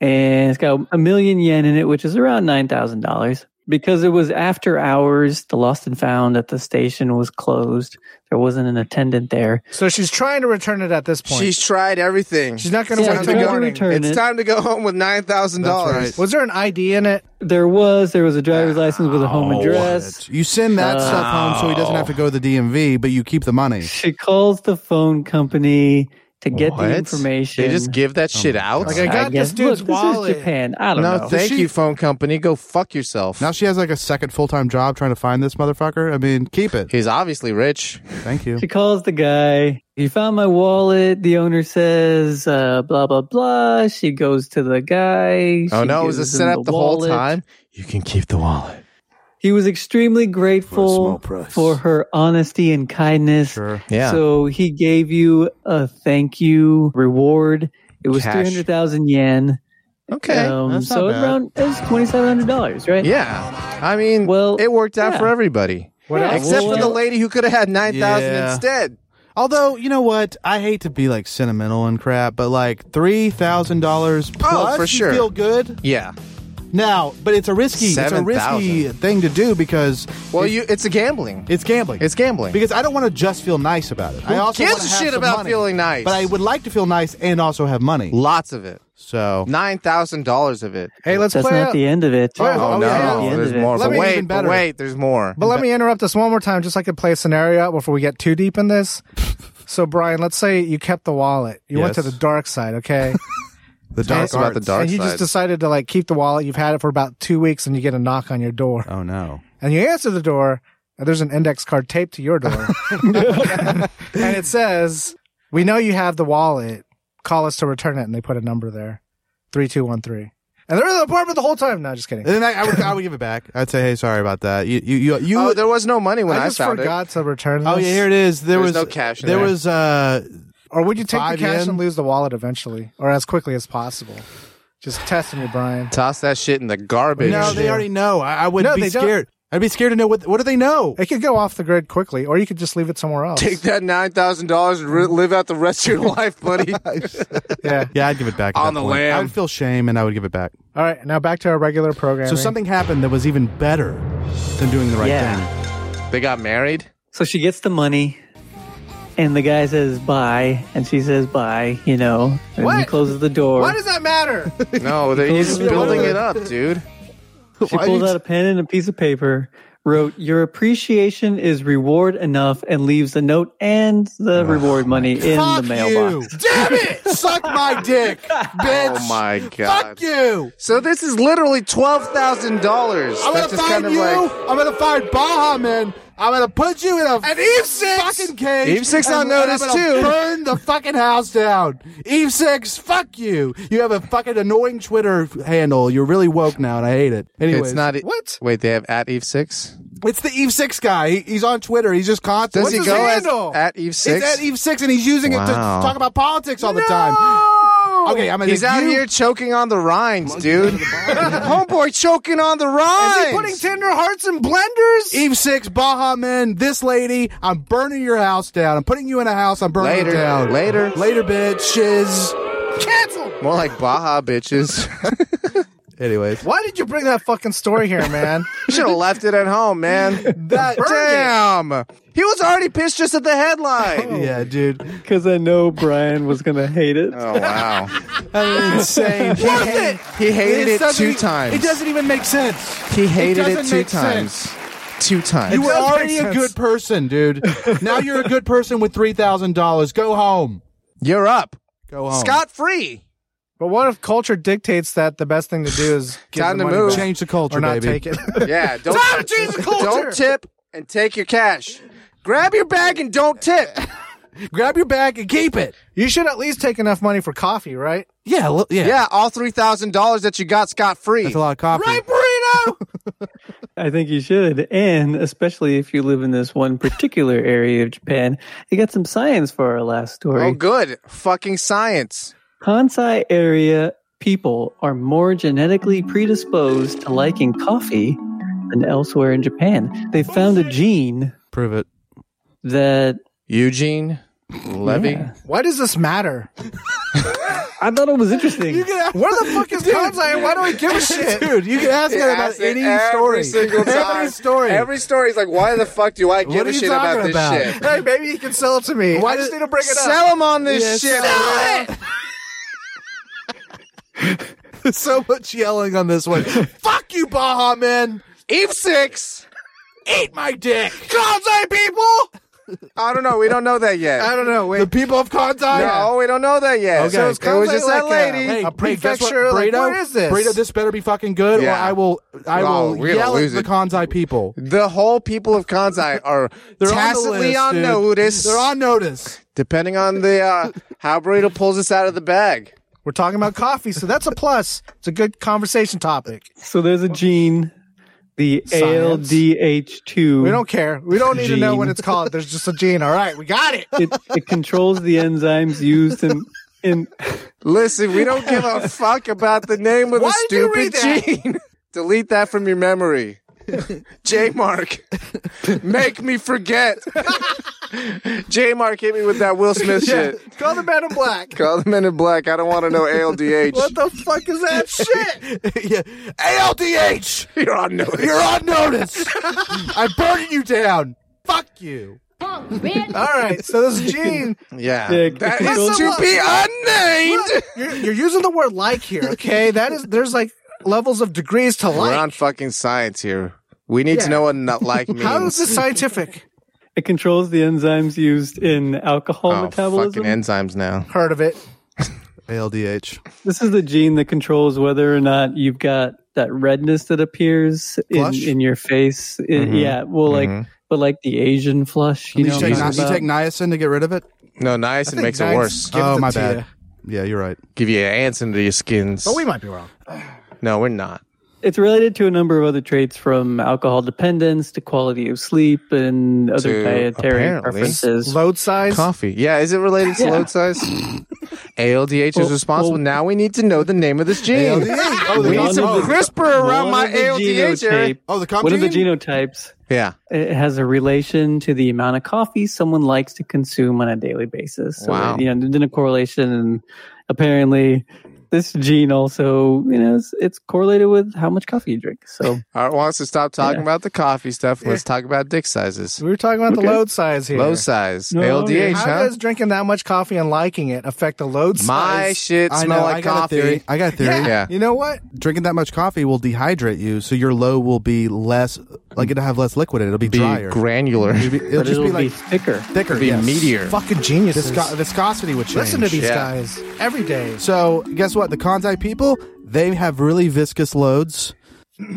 and it's got a million yen in it, which is around $9,000. Because it was after hours, the lost and found at the station was closed. There wasn't an attendant there.
So she's trying to return it at this point.
She's tried everything.
She's not going to
Yeah,
wait
she
till
tried to
morning.
return
it's
it.
time to go home with nine thousand dollars.
That's
Was there an ID in it?
There was there was a driver's license with a home address.
you send that stuff home so he doesn't have to go to the DMV, but you keep the money.
She calls the phone company to get
What?
the information. Oh
They just give that shit out.
Like I got this dude's
Look,
wallet.
This is Japan. I don't
no,
know.
thank
She-
you, phone company. Go fuck yourself.
Now she has like a second full time job trying to find this motherfucker. I mean, keep it.
He's obviously rich.
Thank you.
She calls the guy. He found my wallet. The owner says, uh, blah, blah, blah. She goes to the guy.
Oh
She
no, it was a
gives him
setup the, whole
wallet.
time. You can keep the wallet.
He was extremely
small
grateful for,
price.
her honesty and kindness.
Sure.
Yeah.
So he gave you a thank you reward. It was
Cash.
300,000 yen. Um,
okay.
that's not
so
bad.
around it was $2,700, right?
yeah. I mean,
Well,
it worked out
yeah.
for everybody.
What
Yeah.
else?
Except for the
Well-
lady who could have had 9,000
Yeah.
instead.
Although you know what, I hate to be like sentimental and crap, but like three thousand dollars plus,
for
you
sure.
feel good
Yeah.
now. But it's a risky, it's a
7,000.
risky thing to do because
Well, you it's a gambling.
it's gambling.
It's gambling.
because I don't want to just feel nice about it. I
Who
also
gives
wanna
a
have
shit
some
about
money.
feeling nice?
But I would like to feel nice and also have money.
Lots of it.
So
$9,000 of it.
Hey, let's
That's
play.
not
out-
the end of it.
Oh,
Oh,
Oh,
no.
yeah. That's
the end
There's
of it.
more.
Let
But
me
wait,
even
but
better.
wait, there's more.
But let me interrupt this one more time, just so I could play a scenario before we get too deep in this. So, Brian, let's say you kept the wallet. You went to
Yes.
the dark side, okay?
the dark
It's about
arts.
the dark-
and you
side.
just decided to like keep the wallet. You've had it for about two weeks, and you get a knock on your door,
Oh no!
and you answer the door, and there's an index card taped to your door, and it says, "We know you have the wallet. Call us to return it." And they put a number there, three two one three. And they're in the apartment the whole time. No, just kidding.
And then I, I would I would give it back. I'd say, hey, sorry about that. You you you. you
oh, there was no money when I,
I just
found
forgot to return. This.
oh yeah, here it is. There was
There's no cash in
There
there.
was uh
Or would you take the
Five
cash
yen?
and lose the wallet eventually, or as quickly as possible? Just testing you, Brian.
it. Toss that shit in the garbage.
no. They already know. I, I would
No,
be
they don't.
scared. I'd be scared to know what what do they know.
It could go off the grid quickly, or you could just leave it somewhere else.
Take that $9,000 and re- live out the rest of your life, buddy.
yeah.
Yeah, I'd give it back at
On
that
the
point. I
lam.
would feel shame and I would give it back.
All right. Now back to our regular program.
So something happened that was even better than doing the right
Yeah.
thing.
they got married.
So she gets the money. and the guy says bye, and she says bye, you know, and he
What?
closes the door.
Why does that matter?
No, they're just
Those-
building it up, dude.
she
Why
pulled
did-
out a pen and a piece of paper, wrote, Your appreciation is reward enough, and leaves a note and the reward money in the mailbox.
Damn it! Suck my dick, bitch.
Oh my god.
Fuck you!
So this is literally twelve thousand dollars.
I'm
That's
gonna
just
find
kind of
you.
like
I'm gonna find Baja Man. I'm gonna put you in a and Eve six fucking cage.
Eve Six on
and- and
notice,
I'm gonna
too.
Burn the fucking house down. Eve six, fuck you. You have a fucking annoying Twitter handle. You're really woke now, and I hate it. Anyways,
it's not. e-
what.
Wait, they have at Eve six.
It's the Eve six guy. He, he's on Twitter. He's just constant. What's
Does he
his
go as
handle?
at Eve
It's
six?
at Eve six, and he's using it to
Wow.
talk about politics all the time.
No.
Okay, I'm gonna.
He's out
you-
here choking on the rinds, dude. Homeboy choking on the rinds.
Is he putting tender hearts in blenders?
Eve six, Baja men, this lady. I'm burning your house down. I'm putting you in a house. I'm burning
Later,
it down.
later.
later, bitches.
More like Baja bitches.
Anyways,
Why did you bring that fucking story here, man?
Should have left it at home, man.
that
Damn. He was already pissed just at the headline.
Yeah, dude,
Because I know Brian was going to hate it.
Oh wow.
insane. Worth it.
He hated it,
doesn't
two
e-
times.
It doesn't even make sense.
He hated it,
doesn't
two
make
times.
sense.
Two times.
You were
does make
already a
sense.
good person, dude. now you're a good person with three thousand dollars. Go home.
You're up.
Go home.
Scot free.
but what if culture dictates that the best thing to do is give
Time
the
to
money
move.
back
change the culture,
or not
baby.
take it?
Yeah, don't Don't tip and take your cash. Grab your bag and don't tip.
Grab your bag and keep it.
you should at least take enough money for coffee, right?
Yeah, lo- yeah.
Yeah, all three thousand dollars that you got scot free.
That's a lot of coffee.
Right, burrito.
I think you should. And especially if you live in this one particular area of Japan, you got some science for our last story.
oh, good. Fucking science.
Kansai area people are more genetically predisposed to liking coffee than elsewhere in Japan. They found a gene
Prove it.
that
Eugene Levy.
Yeah.
Why does this matter?
I thought it was interesting.
Where the fuck is Kansai? and Why do we give a shit?
Dude, you can ask that about any story. Every story.
story is like, why the fuck do I give
What are you talking about?
Hey, maybe you can sell it to me.
Why
I just
did-
need to bring it up.
Sell him on this shit.
so much yelling on this one. Fuck you, Baja man.
Eve six.
Eat my dick.
Kansai people. I don't know. We don't know that yet.
I don't know. Wait.
The people of Kansai.
No, we don't know that yet.
Okay.
So it's
Kansai
it was just
like a-
that lady.
Hey,
A
hey, guess what,
prefecture, like,
Burrito?
what is this?
Burrito, this better be fucking good,
Yeah.
or I will, I
Oh,
will
we're gonna
yell at
lose
the
it.
Kansai people.
The whole people of Kansai are
They're
tacitly
on,
on,
the list, dude.
notice.
They're on notice.
depending on the uh, how burrito pulls us out of the bag.
We're talking about coffee, so that's a plus. It's a good conversation topic.
So there's a gene, the
Science.
ALDH2.
We don't care. We don't need to know
Gene.
what it's called. There's just a gene. All right, we got it.
it, it controls the enzymes used in in
Listen, we don't give a fuck about the name of the
Why did you
stupid
read
gene. Delete that from your memory. J Mark, make me forget. J Mark hit me with that Will Smith shit.
Call the man in black.
Call the men in black. I don't want to know ALDH.
What the fuck is that shit?
yeah. ALDH,
You're on notice.
you're on notice. I'm burning you down. Fuck you.
Punk bitch.
All right, so this gene.
yeah.
Yeah,
That
it's
is
so
to
much.
be unnamed.
You're, you're using the word like here, okay? That is, there's like levels of degrees to
We're on
like.
fucking science here. We need
Yeah.
to know what nut like means.
How is this scientific?
it controls the enzymes used in alcohol
oh,
metabolism.
fucking enzymes now.
Heard of it?
ALDH.
this is the gene that controls whether or not you've got that redness that appears in,
Flush?
in your face. It-
Mm-hmm.
Yeah, well, like but like the Asian flush, you
You,
know, what I'm
take, ni-
talking
you
about?
take niacin to get rid of it?
No, niacin makes it
Nice.
worse.
Gives
oh,
it
my
to
bad.
you.
Yeah, you're right.
Give you ants into your skins.
But we might be wrong.
no, we're not.
it's related to a number of other traits from alcohol dependence to quality of sleep and other
To,
dietary
apparently,
preferences.
Load size.
Coffee. Yeah, is it related to
Yeah.
load size? ALDH is responsible. now we need to know the name of this gene.
Oh,
the
we
none
need some
of the-
CRISPR around
One
my
of the
ALDH. area.
genotype-
Oh, the cum
one of the
gene?
genotypes
Yeah.
it has a relation to the amount of coffee someone likes to consume on a daily basis. So,
Wow.
you know, there's been a correlation, and apparently, this gene also, you know, it's, it's correlated with how much coffee you drink. So
Art wants to stop talking
Yeah.
about the coffee stuff. Let's talk about dick sizes.
we were talking about
Okay.
the load size here.
Low size.
No,
LDH,
How
huh?
does drinking that much coffee and liking it affect the load
My
size?
shit
I
smell
know, I
like
got
coffee.
a theory. I got a theory.
Yeah.
You know what?
Drinking that much coffee will dehydrate you, so your low will be less, like it'll have less liquid in it. It'll be,
Be
drier.
granular.
It'll be- it'll
but
just
it'll
be
be,
like
thicker.
thicker.
be
yes.
meatier.
Fucking geniuses.
Visco- viscosity would change.
Listen to these
Yeah.
guys every day.
So guess what? The Kansai people, they have really viscous loads.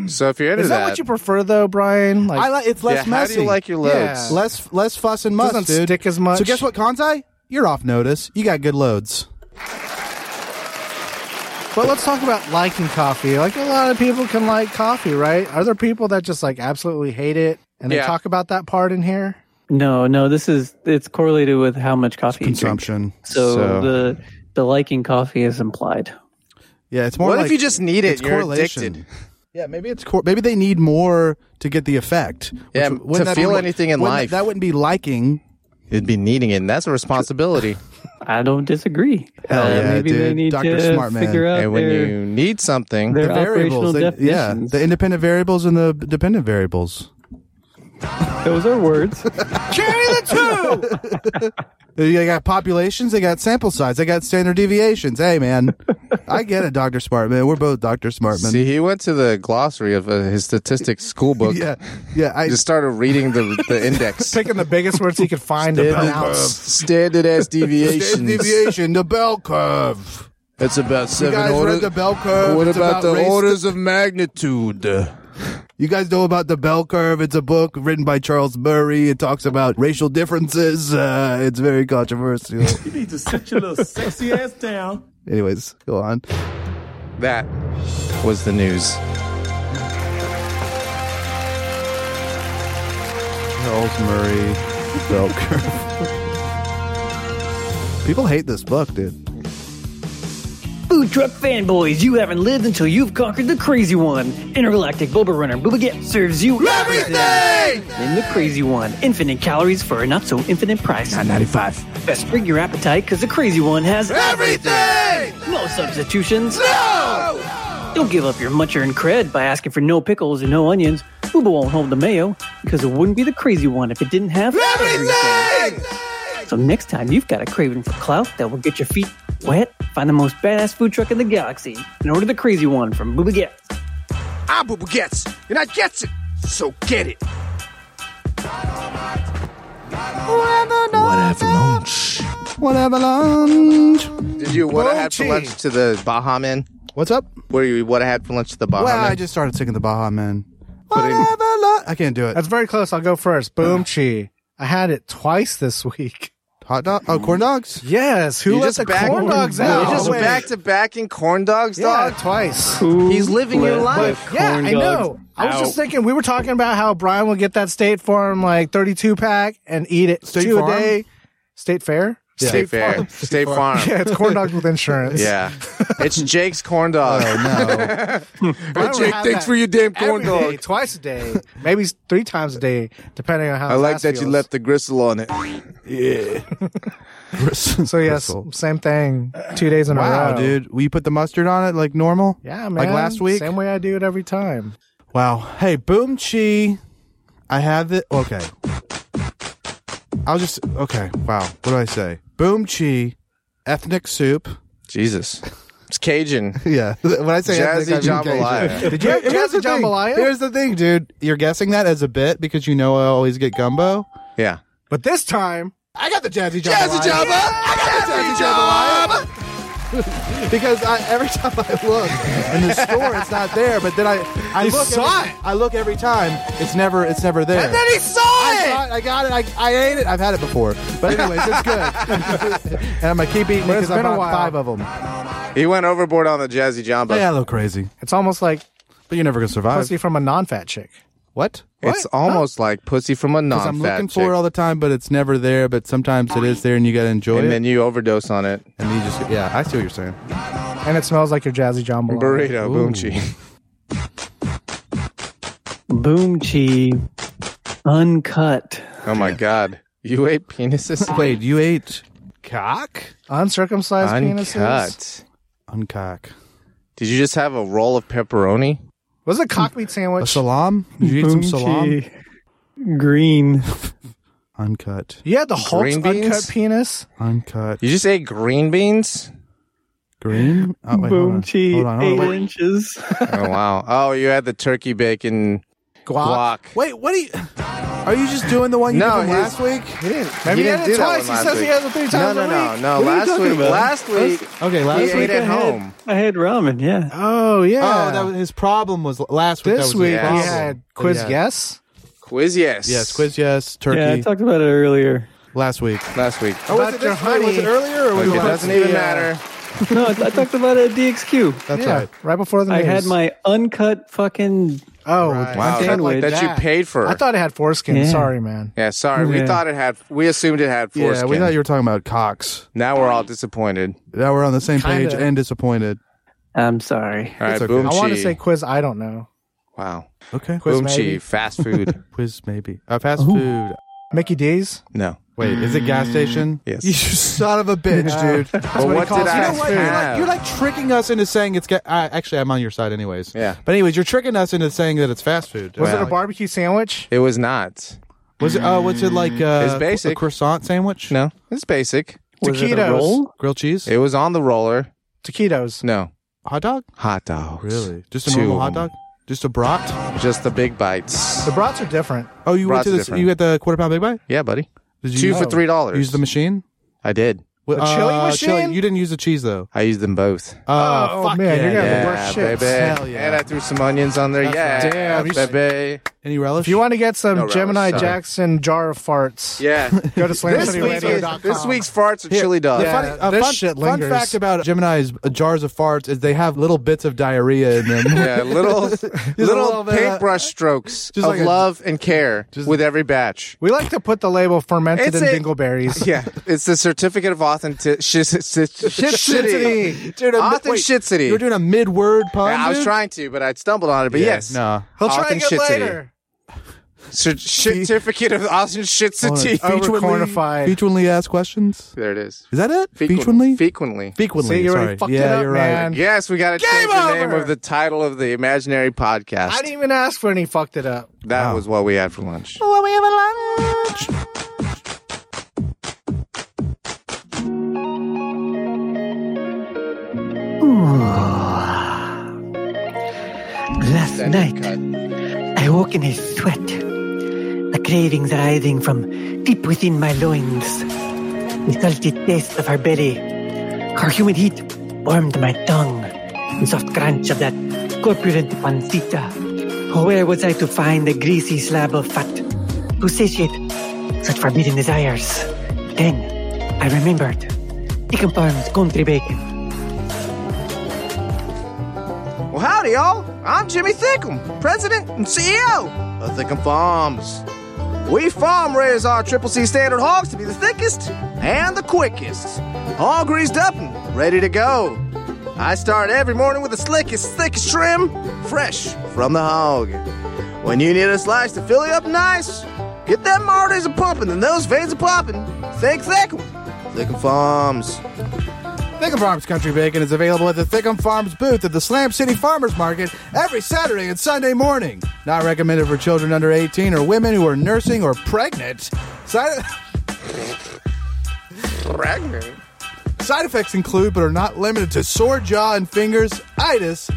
So if you're into
Is that, what you prefer though, Brian? Like,
I like it's less
yeah, how
messy.
do you like your loads?
Yeah.
less less fuss and muss,
Doesn't
dude.
stick as much.
So guess what, Kansai? You're off notice. You got good loads.
but let's talk about liking coffee. Like a lot of people can like coffee, right? Are there people that just like absolutely hate it and
Yeah.
they talk about that part in here?
No, no, this is it's correlated with how much coffee
Consumption.
you drink. So,
So-
the the liking coffee is implied.
Yeah, it's more.
What if
like
you just need it?
It's
You're
correlation.
addicted.
Yeah, maybe it's cor- maybe they need more to get the effect. which
Yeah,
wouldn't
to
that be
feel
more-
anything in
wouldn't
life.
That, that wouldn't be liking.
It'd be needing it, and that's a responsibility.
I don't disagree. Uh,
Hell yeah,
maybe they
dude.
need
Dr.
to
Smart Man.
figure out
and when
their,
you need something,
their
variables.
operational
they- yeah,
definitions.
the independent variables and the dependent variables.
Those are words.
They got populations. They got sample size. They got standard deviations. Hey, man, I get it, Doctor Smartman. We're both Doctor Smartman.
see, he went to the glossary of uh, his statistics school book.
Yeah, yeah. I
He just started reading the the index.
Picking the biggest words he could find to pronounce.
Standard ass
Standard
deviations.
deviation, the bell curve.
It's about
You
seven
guys
orders.
read the bell curve.
What
It's
about, the
race-
orders of magnitude?
You guys know about the bell curve. It's a book written by Charles Murray. It talks about racial differences. Uh, it's very controversial.
You need to sit your little sexy ass down.
Anyways, go on.
That was the news.
Charles Murray, bell curve. People hate this book, dude.
Food truck fanboys, you haven't lived until you've conquered the crazy one. Intergalactic Boba Runner Boobaget serves you everything. In the crazy one, infinite calories for a not so infinite price. Not 95. Best bring your appetite because the crazy one has everything. No substitutions. No. Don't give up your much earned cred by asking for no pickles and no onions. Booba won't hold the mayo because it wouldn't be the crazy one if it didn't have everything. So next time you've got a craving for clout that will get your feet wet, find the most badass food truck in the galaxy and order the crazy one from Booba Gets.
I boo gets, and I gets it. So get it.
What have lunch?
Did you what I had for
Bochi.
lunch to the Baja Men?
What's up?
What you what I had for lunch to the Baja
Well,
Men?
I just started singing the Baja Man.
in-
Whatever lo- I can't do it.
That's very close. I'll go first. Boom chi. I had it twice this week.
Hot dog? Oh, corn dogs?
Yes. Who
You
let
just
the
back-
corn dogs out?
You just
Wait.
back to backing corn dogs,
yeah,
dog.
twice.
He's living your life.
Yeah, I know. I was just thinking we were talking about how Brian will get that State Farm like 32 pack and eat it
State
two
Farm?
a day. State Fair.
Stay fair. Stay farm.
Yeah, it's corn dogs with insurance.
Yeah. it's Jake's corn dog.
Oh, No.
Brian would
Jake,
have
thanks
that
for your damn corn
every day,
dog.
twice a day, maybe three times a day, depending on how.
I
his
like
ass
that you
feels.
left the gristle on it.
So yes, same thing. Two days in a
Wow,
row,
dude. We put the mustard on it like normal?
Yeah, man.
Like last week?
same way I do it every time.
Wow. Hey, Boom Chi. I have it. Okay. I'll just. Okay. Wow. What do I say? Boom Chi, ethnic soup.
Jesus. It's Cajun.
Yeah. When I say
Jazzy
ethnic, I mean
jambalaya.
Cajun.
Did you have
Here- here's
jazzy
the thing.
jambalaya?
Here's the thing, dude. You're guessing that as a bit because you know I always get gumbo.
Yeah.
But this time,
I got the jazzy jambalaya.
I got the
because I, every time I look in the store, it's not there. But then I, I
You
look
saw
every,
it.
I look every time. It's never, it's never there. And then he saw I it. Saw it. I got it. I, I ate it. I've had it before. But anyways, it's good. and I'm gonna keep eating
But it's
because I
been a
bought
while.
five of them.
He went overboard on the Jazzy Jamba.
Yeah, a little crazy.
it's almost like
But you're never gonna survive.
pussy from a non-fat chick.
What?
It's almost like pussy from a
Because
non-fat
I'm looking
chick.
for it all the time, but it's never there. But sometimes it is there, and you gotta enjoy
and
it.
then you overdose on it.
and you just, yeah, I see what you're saying.
And it smells like your jazzy jambalaya.
Burrito,
Ooh.
boomchi.
Boom Chi Uncut.
Oh my god. You ate penises?
Wait, you ate cock?
Uncircumcised penises.
Uncut.
Uncock.
Did you just have a roll of pepperoni?
Was it a cock meat
A
sandwich?
salam? Did you eat some salam?
Boomchi. Green.
Uncut.
You had the Hulk's
Green beans?
uncut penis.
Uncut.
You just ate green beans?
Green? Oh, wait, hold on.
Boom cheese.
Hold on, hold on.
Eight
Wait.
inches.
Oh wow! Oh, you had the turkey bacon guac.
Wait, what are you? Are you just doing the one you did
No,
from
his-
last week?
He didn't. Maybe he,
He didn't
had
do
it
that
twice.
one
He
last
says he
week.
has it three
No,
times
no,
a
no,
week.
no.
What are you
Last
talking
week,
about?
last week,
Okay,
he
last
week
ate
I
at
had-
home.
I had ramen, yeah.
Oh yeah.
Oh, that was, his problem was last week. that
this
was
week
his
we
problem.
had quiz
Yeah.
yes.
Quiz yes,
Yes, quiz yes, turkey
Yeah, I talked about it earlier.
last week.
last week.
Oh,
was it
was it,
this week? Was it
earlier or
Like,
was
it doesn't even matter.
No, I, I talked about it at DXQ.
That's
yeah,
right.
before the
I
news.
had my uncut fucking.
oh
Wow, that,
Sandwich.
that you paid for.
I thought it had foreskin.
Yeah.
Sorry, man.
yeah, sorry. We
Yeah.
thought it had. We assumed it had
Yeah,
foreskin.
we thought you were talking about cocks.
now we're all disappointed.
Now we're on the same
Kinda.
page and disappointed.
I'm sorry.
All right,
okay.
boom.
I want to
chi.
say quiz. I don't know.
wow.
Okay.
Quiz
boom
maybe.
chi. Fast food.
Quiz maybe. Uh, fast food.
Mickey D's.
no.
Wait, is it gas station?
Yes.
You son of a bitch, dude. you
Well,
what he
what
calls
did I
know what? You're
have?
like, you're like tricking us into saying it's. Ga- uh, actually, I'm on your side, anyways.
Yeah.
But anyways, you're tricking us into saying that it's fast food.
Was it
Well,
a barbecue sandwich?
it was not.
Was it? Oh, what's it like? Uh,
It's basic.
A croissant sandwich.
No, it's basic.
Was it a
Taquitos.
roll?
Grilled cheese.
It was on the roller.
Taquitos.
No,
hot dog.
hot dogs.
Really? Just a
Two
normal
of
hot
them.
dog? Just a brat?
Just the big bites.
The brats are different.
Oh, you
Brat's
went to this.
different.
You got the quarter pound big bite.
Yeah, buddy.
Did you
Two for
use-
three dollars.
Use the machine.
I did.
The
chili machine?
You didn't use the cheese though.
I used them both.
Uh,
Oh, man, you're gonna-
yeah,
the worst shit.
baby.
Hell yeah.
And I threw some onions on there.
That's
yeah,
right. Damn, you s-
baby.
Any relish?
If you want to get some
No, Ralph,
Gemini
sorry.
Jackson jar of farts,
Yeah.
go to
this, week's,
slamcityradio.com.
this week's farts are chili dogs.
The
Yeah,
funny, uh,
this
fun,
shit
fun
lingers.
fact about Gemini's uh, jars of farts is they have little bits of diarrhea in them.
Yeah, little little
little bit of-
paintbrush strokes of
Just like a-
love and care with every batch.
We like to put the label fermented
It's
in
a-
dingleberries.
Yeah, it's the certificate of authentic shit city.
Dude, a mi-
Authentic
wait,
shit city.
You're doing a mid word pun.
I was
dude?
trying to, but I stumbled on it. But
Yeah,
yes,
No.
He'll try
Austin
again
shit city.
later.
Cer- certificate of Austin shit city.
Overcornified.
Frequently asked questions.
There it is.
Is that it?
Frequently.
Frequently.
Frequently.
Frequently.
See, you already
sorry.
fucked
yeah,
it up,
you're
man.
right.
Yes, we got to change the name
over.
of the title of the imaginary podcast.
I didn't even ask for any. Fucked it up.
that
Wow.
was what we had for lunch.
Last
That
night,
didn't cut.
I woke in a sweat, a craving rising from deep within my loins. The salty taste of her belly, her humid heat warmed my tongue, the soft crunch of that corpulent pancita. Where was I to find a greasy slab of fat to satiate such forbidden desires? Then I remembered Deacon Farms country bacon.
Well, howdy, y'all. I'm Jimmy Thickum, president and CEO of Thickum Farms. We farm raise our Triple C standard hogs to be the thickest and the quickest, all greased up and ready to go. I start every morning with the slickest, thickest trim, fresh from the hog. When you need a slice to fill you up nice, get them arteries a pumping and those veins a popping. Think Thickum, Thickum Farms.
Thickum Farms Country Bacon is available at the Thickum Farms booth at the Slam City Farmers Market every Saturday and Sunday morning. Not recommended for children under 18 or women who are nursing or pregnant. Side,
Pregnant.
side effects include, but are not limited to, sore jaw and fingers, itis,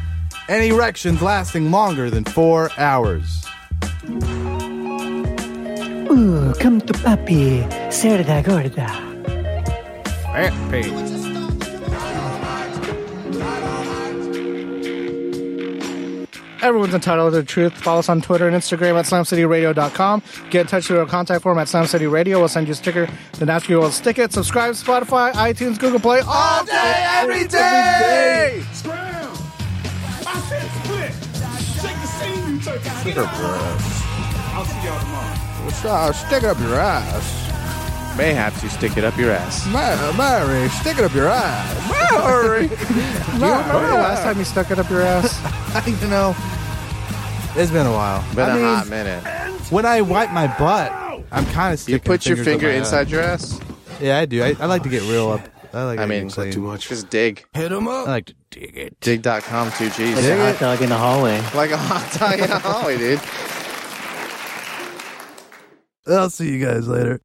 and erections lasting longer than four hours.
Ooh, come to papi, cerda gorda.
Everyone's entitled to the truth. Follow us on Twitter and Instagram at slamcityradio.com. Get in touch through our contact form at slamcityradio. We'll send you a sticker. Then after you, we'll stick it. Subscribe, Spotify, iTunes, Google Play, all day, every day.
Scram! I said split! Shake the scene, you turkey. Get out. I'll see y'all tomorrow.
stick it up your ass.
Mayhap you stick it up your ass.
Mary, stick it up your ass.
Mary.
Do you remember the last time you stuck it up your ass?
you know, it's been a while.
Been
I
a
mean,
hot minute.
When I wipe my butt, I'm kind of
You put your finger inside
Your-
your ass?
yeah, I do. I, I like to get real up I like
I
it
mean,
clean.
too much. Just dig. Hit them up.
I like to dig it.
Dig.com too, jeez.
Like a hot dog in the hallway.
Like a hot dog in a hallway, dude.
I'll see you guys later.